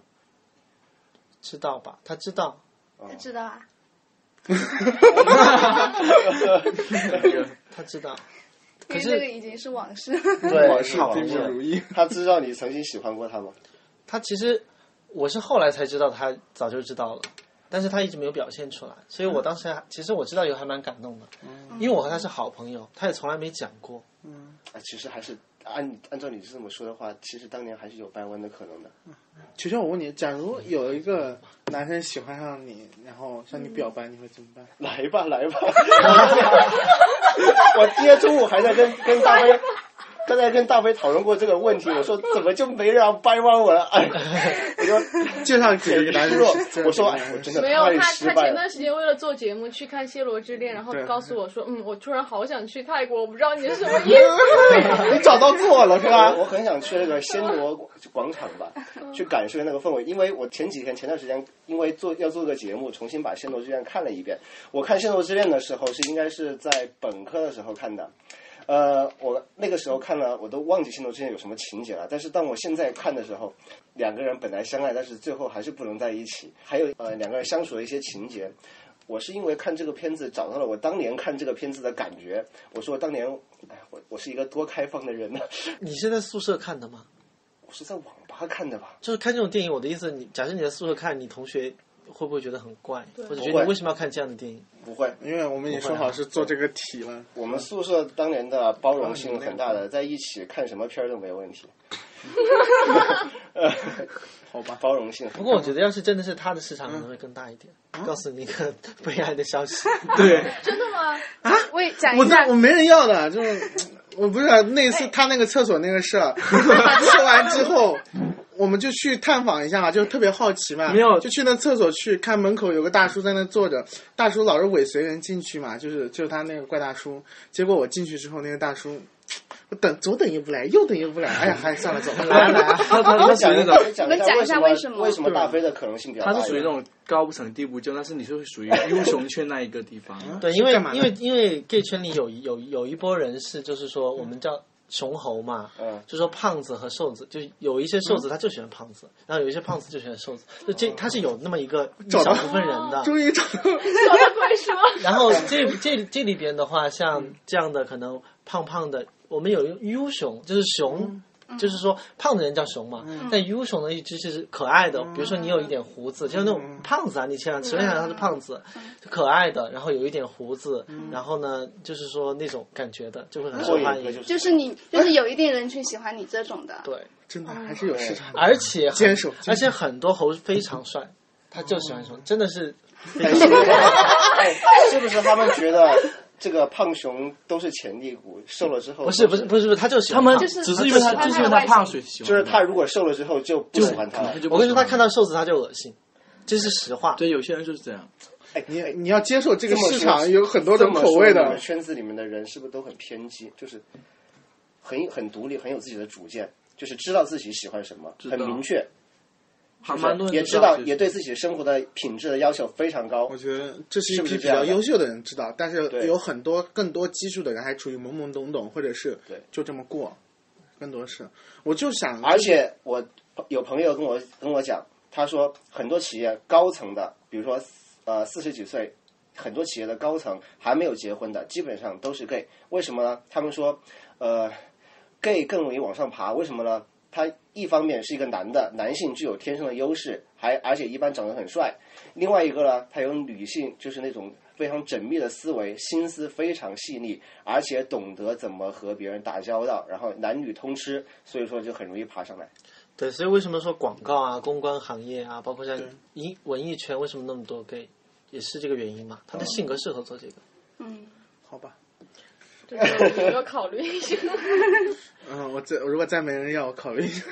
Speaker 8: 知道吧？他知 道，
Speaker 6: 他知道啊，
Speaker 8: 他知道，
Speaker 6: 因
Speaker 8: 可
Speaker 6: 为
Speaker 8: 是
Speaker 6: 这个已经是往事。
Speaker 8: 对
Speaker 4: 往事
Speaker 8: 好
Speaker 4: 并
Speaker 1: 不如意。
Speaker 4: 他知道你曾经喜欢过他吗？
Speaker 8: 他其实我是后来才知道，他早就知道了，但是他一直没有表现出来，所以我当时还其实我知道以后还蛮感动的，
Speaker 4: 嗯
Speaker 8: 因为我和他是好朋友，他也从来没讲过，
Speaker 4: 啊，其实还是按按照你这么说的话，其实当年还是有掰弯的可能的。
Speaker 1: 球球，我问你，假如有一个男生喜欢上你，然后向你表白，你会怎么办？
Speaker 4: 来吧，来吧！ 我今天中午还在跟跟大飞，刚才跟大飞讨论过这个问题，我说怎么就没人要掰弯我了？哎，我 说
Speaker 1: 介绍给一个男
Speaker 4: 很失
Speaker 1: 生介绍给一个
Speaker 4: 落，
Speaker 1: 男生，
Speaker 4: 我说哎，我真的
Speaker 5: 没有
Speaker 4: 太
Speaker 5: 他，
Speaker 4: 失
Speaker 5: 他
Speaker 4: 败
Speaker 5: 前
Speaker 4: 了。
Speaker 5: 段时间为了做节目去看《暹罗之恋》，然后
Speaker 1: 对
Speaker 5: 告诉我说：“嗯，我突然好想去泰国，我不知道你是什么意思。
Speaker 1: 你找到自我了是吧？
Speaker 4: 我很想去那个暹罗广场吧，去感受那个氛围。因为我前几天前段时间因为做要做个节目，重新把《暹罗之恋》看了一遍。我看《暹罗之恋》的时候是应该是在本科的时候看的。呃，我那个时候看了，我都忘记《暹罗之恋》有什么情节了。但是当我现在看的时候，两个人本来相爱，但是最后还是不能在一起。还有呃，两个人相处的一些情节，我是因为看这个片子找到了我当年看这个片子的感觉。我说当年，哎，我我是一个多开放的人呢、啊
Speaker 8: 你是在宿舍看的吗？
Speaker 4: 我是在网吧看的吧？
Speaker 8: 就是看这种电影，我的意思，你假设你在宿舍看，你同学会不会觉得很怪，或者觉得
Speaker 4: 不会
Speaker 8: 你为什么要看这样的电影？
Speaker 4: 不会，
Speaker 1: 因为我们也说好是做这个题 了，
Speaker 4: 我们宿舍当年的包容性很大
Speaker 1: 嗯
Speaker 4: 的，在一起看什么片儿都没有问题。
Speaker 1: 好吧？
Speaker 4: 包容性很大。
Speaker 8: 不过我觉得，要是真的是他的市场，可能会更大一点。
Speaker 1: 啊
Speaker 8: 告诉你一个 悲哀的消 息，
Speaker 1: 对，
Speaker 5: 真的吗？
Speaker 6: 我也讲
Speaker 1: 我
Speaker 6: 一下
Speaker 1: 在我没人要的，就是我不是啊那次他那个厕所那个事儿，他吃完之后。我们就去探访一下嘛，就特别好奇嘛，
Speaker 7: 没有
Speaker 1: 就去那厕所去看门口有个大叔在那坐着，大叔老是尾随人进去嘛，就是就是他那个怪大叔。结果我进去之后，那个大叔，我等左等也不来，右等也不来，哎呀，还是算了，走吧，来来，
Speaker 7: 他他他属于那种，
Speaker 4: 讲
Speaker 6: 我们讲
Speaker 4: 一
Speaker 6: 一下
Speaker 4: 为
Speaker 6: 为什么
Speaker 4: 为什么大飞的可能性比较
Speaker 7: 他
Speaker 4: 大？
Speaker 7: 是属于那。种高不成低不就，但是你是属于优雄圈那一个地方。
Speaker 4: 嗯
Speaker 8: 对，因为
Speaker 1: 干嘛呢
Speaker 8: 因为因为 gay 圈里有有有一波人是，就是说我们叫熊猴嘛，
Speaker 4: 嗯，
Speaker 8: 就说胖子和瘦子，就有一些瘦子他就喜欢胖子，然后有一些胖子就喜欢瘦子，就这他是有那么一个一
Speaker 1: 找
Speaker 8: 小
Speaker 1: 到
Speaker 8: 部分人的。
Speaker 1: 终于哦找到
Speaker 5: 小的快说，
Speaker 8: 然后这这这
Speaker 1: 嗯嗯
Speaker 8: 里边的话，像这样的可能胖胖的，我们有 U 熊，就是熊就是说胖的人叫熊嘛，
Speaker 6: 嗯
Speaker 8: 但优熊呢一直是可爱的，比如说你有一点胡子，就是那种胖子啊，你想随便想他是胖子，就可爱的，然后有一点胡子，然后呢就是说那种感觉的，就会很受欢
Speaker 4: 嗯一个
Speaker 8: 迎
Speaker 4: 就。是
Speaker 6: 就是你，就是有一定人群喜欢你这种的。
Speaker 8: 对，
Speaker 1: 真的还是有市场的。
Speaker 8: 而且很
Speaker 1: 坚守坚守
Speaker 8: 而且很多猴非常帅，他就喜欢熊，真的是
Speaker 4: 但是 哎，是不是他们觉得这个胖熊都是潜力股，瘦了之后
Speaker 8: 不是不是不是不是，他 就喜
Speaker 7: 他
Speaker 8: 欢
Speaker 7: 们
Speaker 8: 胖
Speaker 6: 就是
Speaker 7: 只是因为他
Speaker 6: 他
Speaker 7: 就是因为他胖，所以喜欢
Speaker 4: 就是他如果瘦了之后就不喜欢他了。
Speaker 7: 就不
Speaker 8: 我跟你说，
Speaker 7: 喜欢
Speaker 8: 他看到瘦子他就恶心，这是实话。
Speaker 7: 对有些人就是这样，
Speaker 1: 你你要接受这个
Speaker 4: 这么
Speaker 1: 市
Speaker 4: 说
Speaker 1: 场有很多
Speaker 4: 这
Speaker 1: 种
Speaker 4: 么
Speaker 1: 口
Speaker 4: 说
Speaker 1: 味
Speaker 4: 你
Speaker 1: 的
Speaker 4: 们，圈子里面的人是不是都很偏激？就是很很独立，很有自己的主见，就是知道自己喜欢什么，
Speaker 7: 知道
Speaker 4: 很明确，
Speaker 7: 还
Speaker 4: 是
Speaker 7: 蛮
Speaker 4: 不
Speaker 7: 多
Speaker 4: 是
Speaker 7: 人
Speaker 4: 也知道
Speaker 7: 就是
Speaker 4: 也对自己生活的品质的要求非常高
Speaker 1: 我。觉得这是一
Speaker 4: 是不
Speaker 1: 批
Speaker 4: 是
Speaker 1: 比
Speaker 4: 这样
Speaker 1: 较
Speaker 4: 的
Speaker 1: 优秀的人知道，但是
Speaker 4: 对
Speaker 1: 有很多更多基数的人还处于懵懵懂懂，或者是
Speaker 4: 对
Speaker 1: 就这么过，更多是我就想，
Speaker 4: 而且我有朋友跟我跟我讲，他说很多企业高层的，比如说呃四十几岁，很多企业的高层还没有结婚的，基本上都是 gay。为什么呢？他们说，呃，gay 更容易往上爬，为什么呢？他一方面是一个男的，男性具有天生的优势，还而且一般长得很帅。另外一个呢，他有女性，就是那种非常缜密的思维，心思非常细腻，而且懂得怎么和别人打交道，然后男女通吃，所以说就很容易爬上来。
Speaker 8: 对，所以为什么说广告啊、公关行业啊，包括像艺文艺圈，为什么那么多 gay，也是这个原因嘛？他的性格适合做这个。
Speaker 6: 嗯，
Speaker 1: 好吧，
Speaker 5: 对，有没有考虑一下？
Speaker 1: 嗯，我再如果再没人要，我考虑一 下。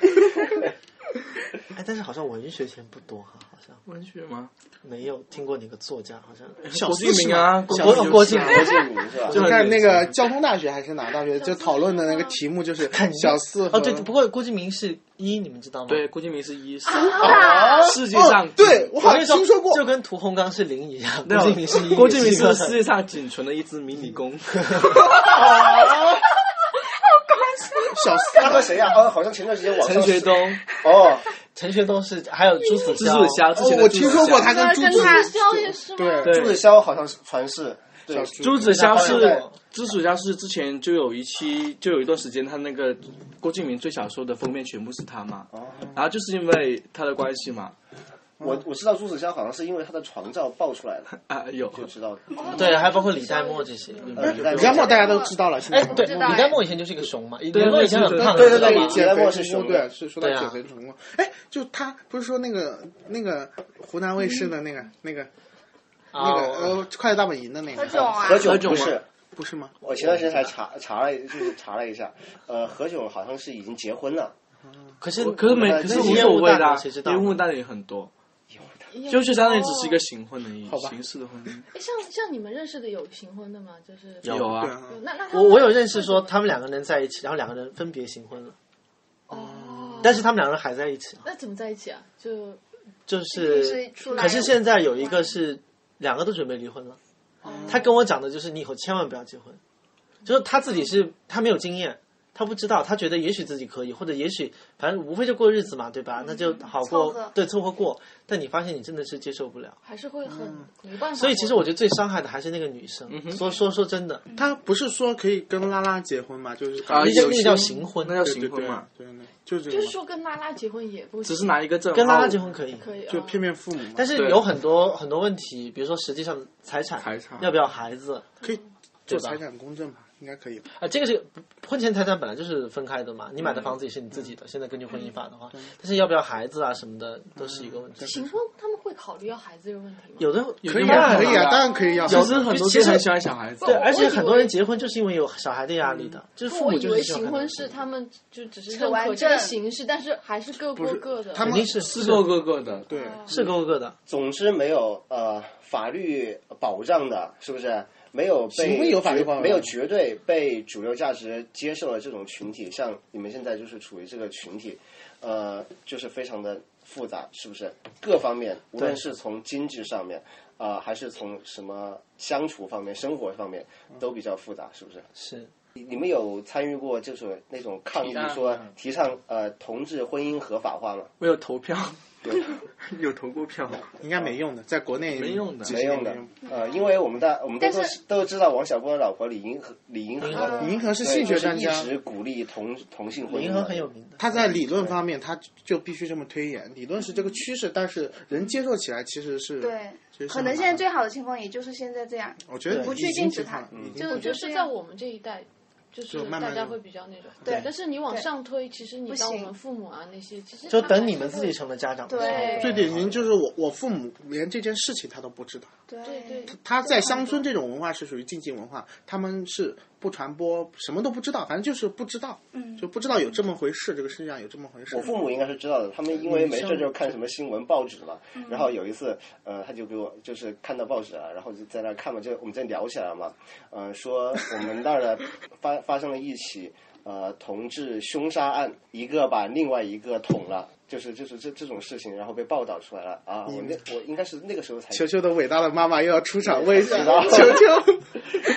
Speaker 8: 哎，但是好像文学圈不多哈、好像
Speaker 7: 文学吗？
Speaker 8: 没有听过哪个作家，好像
Speaker 7: 郭敬明啊，郭
Speaker 8: 小郭郭敬
Speaker 4: 郭敬明是吧？
Speaker 7: 就
Speaker 1: 我
Speaker 7: 很
Speaker 1: 看那
Speaker 7: 有
Speaker 1: 个交通大学还是哪个大学，就讨论的那个题目就是小四和
Speaker 8: 哦，对，不过郭敬明是一，你们知道吗？
Speaker 7: 对，郭敬明是一世
Speaker 4: 啊
Speaker 7: 世界
Speaker 1: 哦
Speaker 7: 上，
Speaker 1: 对我
Speaker 8: 我
Speaker 1: 好
Speaker 8: 跟你
Speaker 1: 像听说过
Speaker 8: 就，跟屠洪刚是零一样，
Speaker 7: 没
Speaker 8: 郭
Speaker 7: 有
Speaker 8: 敬明是一，
Speaker 7: 郭敬明是
Speaker 8: 也
Speaker 7: 世界上仅存的一只迷你公，
Speaker 1: 小
Speaker 4: 他和
Speaker 1: 四
Speaker 4: 谁呀、啊？哦，好像前段时间网上
Speaker 7: 陈学冬、
Speaker 4: 哦，
Speaker 8: 陈学冬是，还有朱子
Speaker 7: 朱
Speaker 8: 骁
Speaker 7: 子骁之前
Speaker 1: 哦
Speaker 7: 的
Speaker 1: 我
Speaker 7: 朱
Speaker 1: 听
Speaker 7: 子
Speaker 1: 说过
Speaker 7: 骁
Speaker 1: 他跟
Speaker 6: 朱
Speaker 1: 朱
Speaker 6: 子
Speaker 5: 朱
Speaker 1: 子
Speaker 5: 子骁也是吗？
Speaker 1: 对
Speaker 4: 朱子
Speaker 7: 对，
Speaker 4: 骁好像是传世，对
Speaker 1: 小，
Speaker 7: 朱子骁
Speaker 8: 然后
Speaker 7: 是
Speaker 8: 呢
Speaker 7: 朱子骁是之前就有一期就有一段时间，他那个郭敬明最小说的封面全部是他
Speaker 4: 嗯
Speaker 7: 嘛，然后就是因为他的关系嘛，
Speaker 4: 我我知道朱子骁好像是因为他的床照爆出来了，
Speaker 7: 啊有
Speaker 4: 就知道。
Speaker 8: 对，还包括李代沫这些。嗯
Speaker 4: 呃
Speaker 1: 李代沫大家都知道了，现
Speaker 8: 哎
Speaker 1: 在，
Speaker 8: 对，
Speaker 6: 知道哎
Speaker 8: 李代沫以前就是一个熊嘛，李
Speaker 7: 对
Speaker 8: 代沫以前很胖，
Speaker 7: 对
Speaker 1: 对
Speaker 8: 你知道
Speaker 1: 对，
Speaker 8: 吗
Speaker 1: 减
Speaker 4: 代
Speaker 1: 肥
Speaker 4: 沫是
Speaker 1: 成功，
Speaker 4: 熊
Speaker 1: 对，
Speaker 4: 的
Speaker 1: 是说到
Speaker 8: 对啊
Speaker 1: 减肥成功。哎，就他不是说那个那个湖南卫视的那个那个那个
Speaker 8: 哦
Speaker 1: 呃《快乐大本营》的那
Speaker 6: 何
Speaker 1: 个，
Speaker 6: 炅啊
Speaker 4: 何，炅
Speaker 7: 何炅
Speaker 4: 不
Speaker 7: 吗
Speaker 4: 是，
Speaker 1: 不是吗？
Speaker 4: 我前段时间才查查了，就是查了一下，呃，何炅好像是已经结婚了。
Speaker 8: 可是
Speaker 7: 可是没可是无所谓的啊
Speaker 8: 谁知，道
Speaker 7: 烟雾弹也很多，
Speaker 5: 有
Speaker 7: 就是相当于只是一个形婚而已
Speaker 1: 好，吧
Speaker 7: 形式的婚姻
Speaker 5: 哎像像你们认识的有行婚的吗？就是
Speaker 7: 有
Speaker 1: 对
Speaker 7: 啊，
Speaker 1: 啊，
Speaker 5: 那那他
Speaker 8: 我
Speaker 5: 们
Speaker 8: 我有认识说他们两个人在一起，然后两个人分别行婚了，
Speaker 5: 哦，
Speaker 8: 但是他们两个人还在一起啊，
Speaker 5: 那怎么在一起啊？就
Speaker 8: 就
Speaker 6: 就是
Speaker 8: 是
Speaker 6: 出来
Speaker 8: 可是现在有一个是两个都准备离婚了，
Speaker 6: 哦
Speaker 8: 他跟我讲的就是你以后千万不要结婚，就是他自己是他没有经验。他不知道，他觉得也许自己可以，或者也许反正无非就过日子嘛，对吧？那就好过
Speaker 6: 凑合，
Speaker 8: 对，凑合过。但你发现你真的是接受不了，
Speaker 5: 还是会很没办法。
Speaker 8: 所以其实我觉得最伤害的还是那个女生。
Speaker 7: 哼
Speaker 8: 说说说真的，
Speaker 1: 他不是说可以跟拉拉结婚吗？就是
Speaker 7: 啊
Speaker 8: 那叫
Speaker 7: 有
Speaker 8: 那
Speaker 7: 些
Speaker 8: 叫行婚，
Speaker 7: 那叫
Speaker 1: 对
Speaker 7: 行
Speaker 1: 对
Speaker 7: 婚
Speaker 1: 对
Speaker 7: 嘛，，
Speaker 1: 对对，就是这
Speaker 5: 就
Speaker 1: 个
Speaker 5: 是
Speaker 1: 嘛，
Speaker 5: 说跟拉拉结婚也不行，
Speaker 7: 只是拿一个证
Speaker 8: 跟拉拉
Speaker 7: 号
Speaker 8: 结婚可以，
Speaker 5: 可以啊
Speaker 1: 就骗骗父母嘛。
Speaker 8: 但是
Speaker 7: 对
Speaker 8: 有很多很多问题，比如说实际上的财产，
Speaker 7: 财产
Speaker 8: 要不要孩子
Speaker 1: 可以做
Speaker 8: 对吧
Speaker 1: 财产公证吧，应该可以吧？
Speaker 8: 啊？这个是婚前财产本来就是分开的嘛，你买的房子也是你自己的。现在根据婚姻法的话，但是要不要孩子啊什么的都是一个问题。
Speaker 5: 行婚他们会考虑要孩子这个问题吗？
Speaker 8: 有的
Speaker 7: 有
Speaker 1: 可
Speaker 7: 的
Speaker 1: 以
Speaker 7: 没有
Speaker 1: 啊，可
Speaker 7: 的
Speaker 1: 以啊，当然可以要。
Speaker 7: 其实很多
Speaker 8: 其
Speaker 7: 人
Speaker 8: 实
Speaker 7: 很喜欢小孩子，哦
Speaker 8: 对，
Speaker 5: 我
Speaker 8: 而且
Speaker 5: 以为
Speaker 8: 很多人结婚就是因为有小孩的压力的，就是父
Speaker 5: 我
Speaker 8: 母
Speaker 5: 以
Speaker 8: 就是
Speaker 5: 为
Speaker 8: 这种
Speaker 5: 行
Speaker 8: 很多
Speaker 5: 婚是他们就只是认可这个形式，但是还是各过各的。
Speaker 1: 他
Speaker 8: 肯
Speaker 1: 们
Speaker 8: 定是
Speaker 7: 是各个个的，
Speaker 1: 对，
Speaker 8: 是各过各的。
Speaker 4: 总之没有呃法律保障的，是不是？没有
Speaker 1: 行
Speaker 4: 被
Speaker 1: 为有法律保障
Speaker 4: 没有绝对被主流价值接受的这种群体，像你们现在就是处于这个群体，呃，就是非常的复杂，是不是？各方面，无论是从经济上面，啊、还是从什么相处方面、生活方面，都比较复杂，是不是？
Speaker 8: 是
Speaker 4: 你你们有参与过就是那种抗议
Speaker 7: 提案
Speaker 4: 说
Speaker 7: 嗯
Speaker 4: 提倡呃同志婚姻合法化吗？
Speaker 7: 为了投票，
Speaker 4: 对，
Speaker 7: 有投过票吗？
Speaker 1: 应该没用的，在国内
Speaker 7: 没用的
Speaker 1: 几
Speaker 4: 没
Speaker 1: 十年
Speaker 4: 用的。呃，因为我们大我们都
Speaker 6: 但是啊
Speaker 4: 知都知道王小波的老婆李银河，李银河
Speaker 6: 河
Speaker 1: 银河是
Speaker 4: 对
Speaker 1: 性学
Speaker 4: 就是
Speaker 1: 专家，
Speaker 4: 一直鼓励同同性婚姻
Speaker 8: 银
Speaker 4: 的。
Speaker 8: 河很有名的，
Speaker 1: 他在理论方面他就必须这么推演，理论是这个趋势，但是人接受起来其实是
Speaker 6: 对，
Speaker 1: 其实是
Speaker 6: 可能
Speaker 1: 很
Speaker 6: 现在
Speaker 1: 麻
Speaker 6: 最好的情况也就是现在这样。
Speaker 1: 烦的我觉得
Speaker 8: 不
Speaker 6: 去
Speaker 1: 已经
Speaker 6: 禁止
Speaker 1: 挺好
Speaker 6: 它
Speaker 1: 了已经
Speaker 6: 嗯就
Speaker 5: 我觉
Speaker 6: 这
Speaker 5: 得是在
Speaker 6: 样
Speaker 5: 我们这一代，就是
Speaker 1: 就慢慢
Speaker 5: 大家
Speaker 1: 就
Speaker 5: 会比较那种。
Speaker 6: 对
Speaker 5: 但是你往
Speaker 6: 对
Speaker 5: 上推，其实你
Speaker 6: 不
Speaker 5: 当我
Speaker 6: 行
Speaker 5: 们父母啊那些，其实
Speaker 8: 就
Speaker 5: 他
Speaker 8: 等
Speaker 5: 还
Speaker 8: 你
Speaker 5: 是
Speaker 8: 们自
Speaker 5: 会
Speaker 8: 己成了家长的时候。
Speaker 6: 对
Speaker 1: 最典型就是我，我父母连这件事情他都不知道。
Speaker 6: 对
Speaker 5: 对对，
Speaker 1: 他在乡村这种文化是属于禁忌文化，他们是不传播，什么都不知道，反正就是不知道，
Speaker 6: 嗯
Speaker 1: 就不知道有这么回事，这个世界上有这么回事
Speaker 4: 我。父母应该是知道的，他们因为没事就看什么新闻报纸嘛。
Speaker 6: 嗯
Speaker 4: 然后有一次，呃，他就给我就是看到报纸啊，然后就在那儿看嘛，就我们在聊起来嘛，呃，说我们那儿的发 发生了一起呃同志凶杀案，一个把另外一个捅了。就是就是这这种事情，然后被报道出来了啊！我那我应该是那个时候才
Speaker 1: 球球的伟大的妈妈又要出场为球
Speaker 4: 知道
Speaker 1: 球，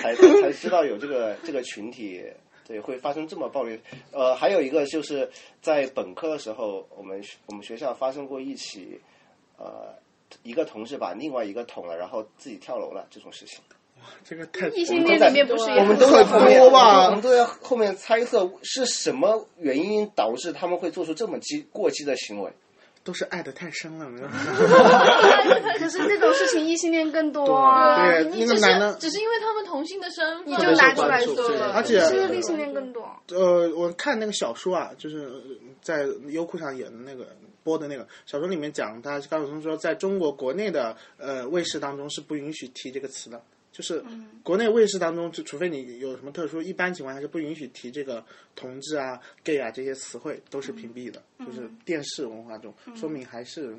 Speaker 4: 才才知道有这个这个群体，对，会发生这么暴力。呃，还有一个就是在本科的时候，我们学我们学校发生过一起，呃，一个同事把另外一个捅了，然后自己跳楼了这种事情。
Speaker 1: 这个太
Speaker 6: 异性恋里面不是也
Speaker 4: 我
Speaker 6: 很
Speaker 4: 们都
Speaker 1: 在
Speaker 4: 在
Speaker 1: 后
Speaker 4: 后
Speaker 1: 面
Speaker 4: 面，
Speaker 1: 哇
Speaker 4: 我们都在后面猜测是什么原因导致他们会做出这么激过激的行为。
Speaker 1: 都是爱的太深了，没有。
Speaker 6: 可是这种事情异性恋更多啊，
Speaker 1: 对，
Speaker 5: 你
Speaker 1: 那
Speaker 5: 只
Speaker 1: 个
Speaker 5: 是
Speaker 1: 男的，
Speaker 5: 只是因为他们同性的身份，
Speaker 6: 你就拿出来说
Speaker 8: 对
Speaker 6: 了，
Speaker 1: 而且
Speaker 6: 是异性恋更多。
Speaker 1: 呃，我看那个小说啊，就是呃在优酷上演的那个播的那个小说里面讲，他高晓松说，在中国国内的呃卫视当中是不允许提这个词的，就是
Speaker 6: 嗯
Speaker 1: 国内卫视当中，就除非你有什么特殊，一般情况下是不允许提这个同志啊、gay 啊这些词汇，都是屏蔽的，
Speaker 6: 嗯
Speaker 1: 就是电视文化中，说明还是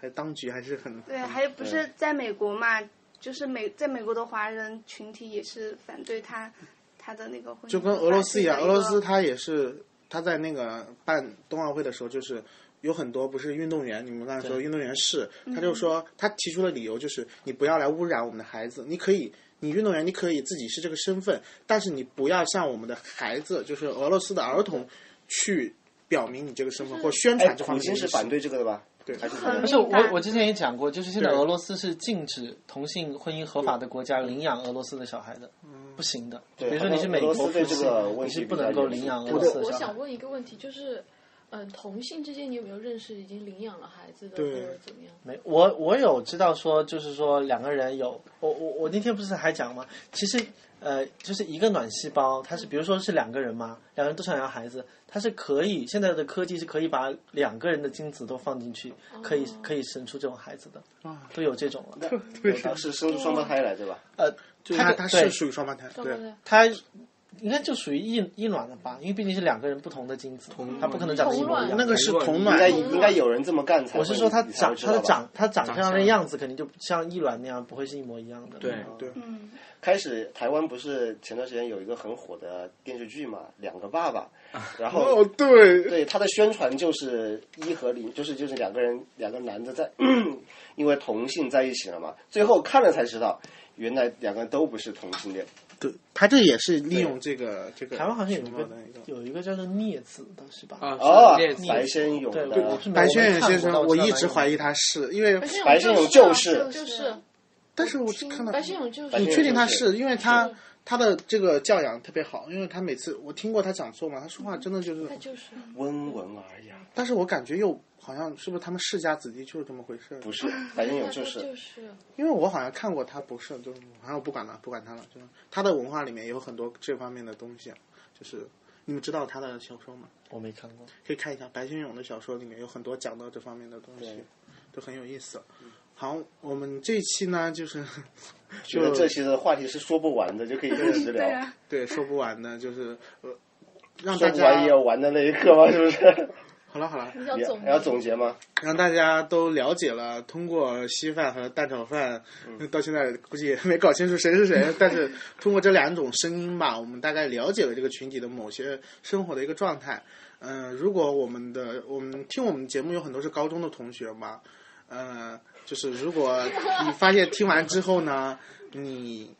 Speaker 1: 还当局还是很
Speaker 6: 对，还有不是在美国嘛，就是美在美国的华人群体也是反对他他的那个婚姻
Speaker 1: 就跟俄罗斯一样，
Speaker 6: 法
Speaker 1: 俄
Speaker 6: 律的一个
Speaker 1: 罗斯它也是，它在那个办冬奥会的时候，就是有很多不是运动员，你们刚才说运动员是，
Speaker 5: 嗯
Speaker 1: 他就说他提出了理由，就是你不要来污染我们的孩子，你可以。你运动员，你可以自己是这个身份，但是你不要向我们的孩子，就是俄罗斯的儿童，去表明你这个身份或宣
Speaker 4: 哎
Speaker 1: 传，这方
Speaker 4: 普
Speaker 1: 面的
Speaker 4: 京
Speaker 1: 意识。
Speaker 4: 是反对这个的吧？
Speaker 1: 对
Speaker 4: 还是
Speaker 6: 很
Speaker 4: 怎么样
Speaker 8: 而且我我之前也讲过，就是现在
Speaker 1: 对
Speaker 8: 俄罗斯是禁止同性婚姻合法的国家领养俄罗斯的小孩的，不行的。比如
Speaker 4: 对
Speaker 8: 说你是美国
Speaker 4: 俄罗斯
Speaker 8: 父
Speaker 4: 对这
Speaker 8: 亲
Speaker 4: 个，问
Speaker 8: 你
Speaker 4: 题
Speaker 8: 是
Speaker 4: 比
Speaker 8: 不
Speaker 4: 较
Speaker 8: 能够
Speaker 4: 严
Speaker 8: 领
Speaker 4: 肃
Speaker 8: 养俄
Speaker 5: 我
Speaker 8: 罗斯的
Speaker 5: 我
Speaker 8: 小
Speaker 5: 想
Speaker 8: 孩。
Speaker 5: 问一个问题，就是，嗯、同性之间你有没有认识已经领养了孩子的，或
Speaker 1: 对
Speaker 5: 者怎么样？
Speaker 8: 没，我我有知道说，就是说两个人有，我我我那天不是还讲吗？其实呃，就是一个卵细胞，它是比如说是两个人嘛，两个人都想要孩子，它是可以现在的科技是可以把两个人的精子都放进去，
Speaker 5: 哦
Speaker 8: 可以可以生出这种孩子的，都有这种了。
Speaker 4: 那当时生出双胞胎来对吧？
Speaker 8: 呃，
Speaker 1: 就是他
Speaker 8: 的
Speaker 1: 他
Speaker 8: 对
Speaker 1: 是属于双胞胎，
Speaker 5: 双
Speaker 1: 对
Speaker 5: 胞，胎
Speaker 8: 它应该就属于异异卵了吧？因为毕竟是两个人不同的精子，它不可能长得一模一
Speaker 5: 同卵
Speaker 8: 样。
Speaker 1: 那个是同
Speaker 4: 应该
Speaker 1: 卵，
Speaker 4: 应该有人这么干才会。
Speaker 8: 我是说它
Speaker 4: 你才
Speaker 8: 长
Speaker 4: 会知
Speaker 8: 它
Speaker 4: 道
Speaker 8: 的
Speaker 4: 吧
Speaker 8: 长它长相
Speaker 7: 长
Speaker 8: 的
Speaker 7: 相
Speaker 8: 样子，肯定就不像异卵那样，不会是一模一样的。
Speaker 7: 对
Speaker 1: 对，
Speaker 6: 嗯，
Speaker 4: 开始台湾不是前段时间有一个很火的电视剧嘛，《两个爸爸》，然后
Speaker 1: 哦对，
Speaker 4: 对它的宣传就是一和零，就是就是两个人两个男的在 因为同性在一起了嘛，最后看了才知道，原来两个人都不是同性恋。
Speaker 1: 对，他这也是利用这个这个
Speaker 8: 台湾好像有一
Speaker 1: 熊猫
Speaker 8: 个
Speaker 1: 的一个
Speaker 8: 有一个叫做镊子的是吧？
Speaker 7: 啊，
Speaker 4: 哦
Speaker 7: 是那，
Speaker 4: 白先勇
Speaker 8: 对，
Speaker 4: 的
Speaker 8: 我我是没
Speaker 1: 白先勇先生，
Speaker 8: 我
Speaker 1: 我
Speaker 8: 没看过
Speaker 1: 一直怀疑他是因
Speaker 5: 哎
Speaker 1: 为，
Speaker 4: 白先勇就是是
Speaker 5: 就
Speaker 1: 但是我看到
Speaker 5: 白先勇就是
Speaker 4: 白
Speaker 1: 你
Speaker 4: 先勇
Speaker 1: 确定他？
Speaker 4: 就是
Speaker 1: 因为他他的这个教养特别好，因为他每次我听过他讲座嘛，他说话真的就是
Speaker 5: 他，就是
Speaker 4: 温文尔雅，
Speaker 1: 但是我感觉又好像是不是他们世家子弟就是这么回事儿？
Speaker 4: 不是白先
Speaker 5: 他
Speaker 4: 勇就是
Speaker 5: 就是
Speaker 1: 因为我好像看过他不是，就是反正我不管了，不管他了，就是他的文化里面有很多这方面的东西啊，就是你们知道他的小说吗？
Speaker 8: 我没看过。
Speaker 1: 可以看一下白先勇的小说，里面有很多讲到这方面的东西
Speaker 4: 对，
Speaker 1: 都很有意思。好，我们这一期呢，就是
Speaker 4: 觉得这期的话题是说不完的，就可以一直聊
Speaker 6: 对，啊，
Speaker 1: 对，说不完的，就是呃，让
Speaker 4: 说
Speaker 1: 大
Speaker 4: 不
Speaker 1: 家
Speaker 4: 完也有完的那一刻吗？是不是？
Speaker 1: 好了好了，
Speaker 5: 要
Speaker 4: 你
Speaker 5: 总
Speaker 4: 还要总结吗？
Speaker 1: 让大家都了解了。通过稀饭和蛋炒饭，到现在估计也没搞清楚谁是谁，但是通过这两种声音吧，我们大概了解了这个群体的某些生活的一个状态。嗯、如果我们的我们听我们节目有很多是高中的同学嘛，呃，就是如果你发现听完之后呢，你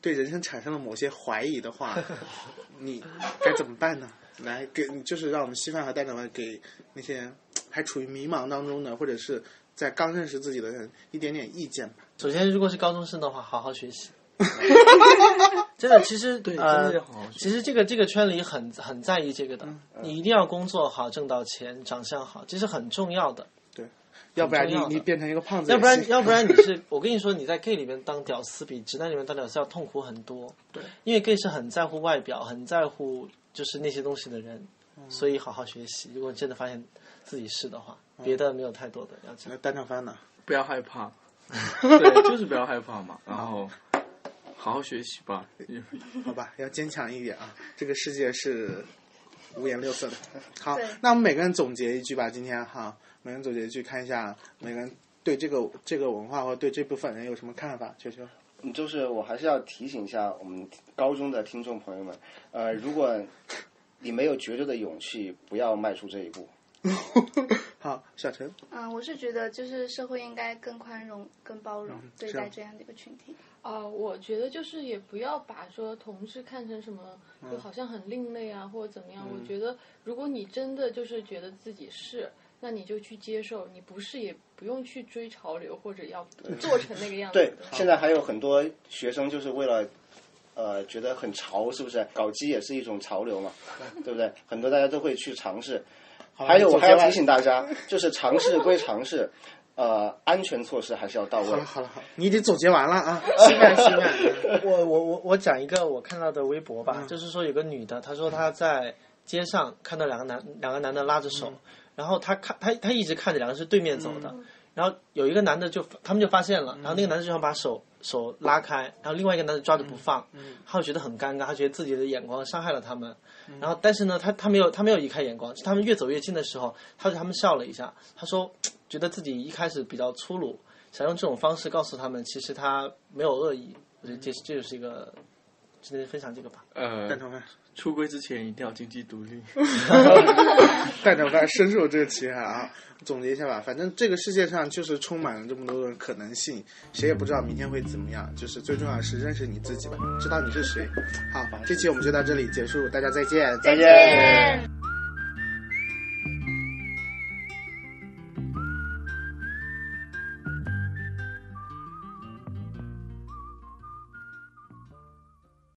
Speaker 1: 对人生产生了某些怀疑的话，你该怎么办呢？来给，就是让我们稀饭和蛋炒饭给那些还处于迷茫当中的，或者是在刚认识自己的人一点点意见吧。
Speaker 8: 首先，如果是高中生的话，好好学 习。真的，其实
Speaker 7: 对
Speaker 8: 呃
Speaker 7: 真的要好好嗯学
Speaker 8: 其实这个这个圈里很很在意这个的，你一定要工作好，挣到钱，长相好，这是很重要的。
Speaker 1: 要不然你
Speaker 8: 重要的
Speaker 1: 你变成一个胖子也行，
Speaker 8: 要不然，要不然你是，我跟你说，你在 gay 里面当屌丝比直男里面当屌丝要痛苦很多。
Speaker 1: 对，
Speaker 8: 因为 gay 是很在乎外表，很在乎就是那些东西的人，
Speaker 7: 嗯
Speaker 8: 所以好好学习。如果真的发现自己是的话，
Speaker 7: 嗯
Speaker 8: 别的没有太多的要讲
Speaker 1: 那。呃单向翻呢？
Speaker 7: 不要害 怕，对，就是不要害怕 嘛，然后好好学习吧。
Speaker 1: 好吧，要坚强一点啊！这个世界是五颜六色的。好
Speaker 6: 对，
Speaker 1: 那我们每个人总结一句吧，今天哈，每个人总结一句，看一下每个人对这个这个文化或对这部分人有什么看法。球球，
Speaker 4: 就是我还是要提醒一下我们高中的听众朋友们，呃，如果你没有绝对的勇气，不要迈出这一步。
Speaker 1: 好，小陈，
Speaker 6: 嗯，我是觉得就是社会应该更宽容、更包容对
Speaker 1: 是啊
Speaker 6: 待这样的一个群体。
Speaker 5: 呃，我觉得就是也不要把说同志看成什么，就好像很另类啊，或者怎么样。我觉得，如果你真的就是觉得自己是，那你就去接受；你不是，也不用去追潮流或者要做成那个样子
Speaker 4: 对
Speaker 5: 嗯的。，
Speaker 4: 现在还有很多学生就是为了。呃，觉得很潮，是不是？搞基也是一种潮 流嘛，对不对？很多大家都会去尝试。还有，我还要提醒大家， 就是尝试归尝试，呃，安全措施还是要到位
Speaker 1: 好。了好了好了，你已经总结完了啊，心满心 满。
Speaker 8: 我我我我讲一个我看到的微博吧，就是说有个女的，她说她在街上看到两个男两个男的拉着手，然后她看她她一直看着两个人是对面走的，然后有一个男的就他们就发现了，然后那个男的就想把手手拉开，然后另外一个男的抓着不放，
Speaker 1: 嗯
Speaker 8: 他就觉得很尴尬，他觉得自己的眼光伤害了他们，然后但是呢，他他没有他没有移开眼光，是他们越走越近的时候，他对他们笑了一下，他说觉得自己一开始比较粗鲁，想用这种方式告诉他们，其实他没有恶意。我觉得这是这就是一个，今天分享这个吧。
Speaker 7: 呃
Speaker 1: 蛋，炒饭，
Speaker 7: 出柜之前一定要经济独立。
Speaker 1: 蛋炒饭深受这个其害啊！总结一下吧，反正这个世界上就是充满了这么多种可能性，谁也不知道明天会怎么样。就是最重要的是认识你自己吧，知道你是谁。好，这期我们就到这里结束，大家再见，
Speaker 4: 再见。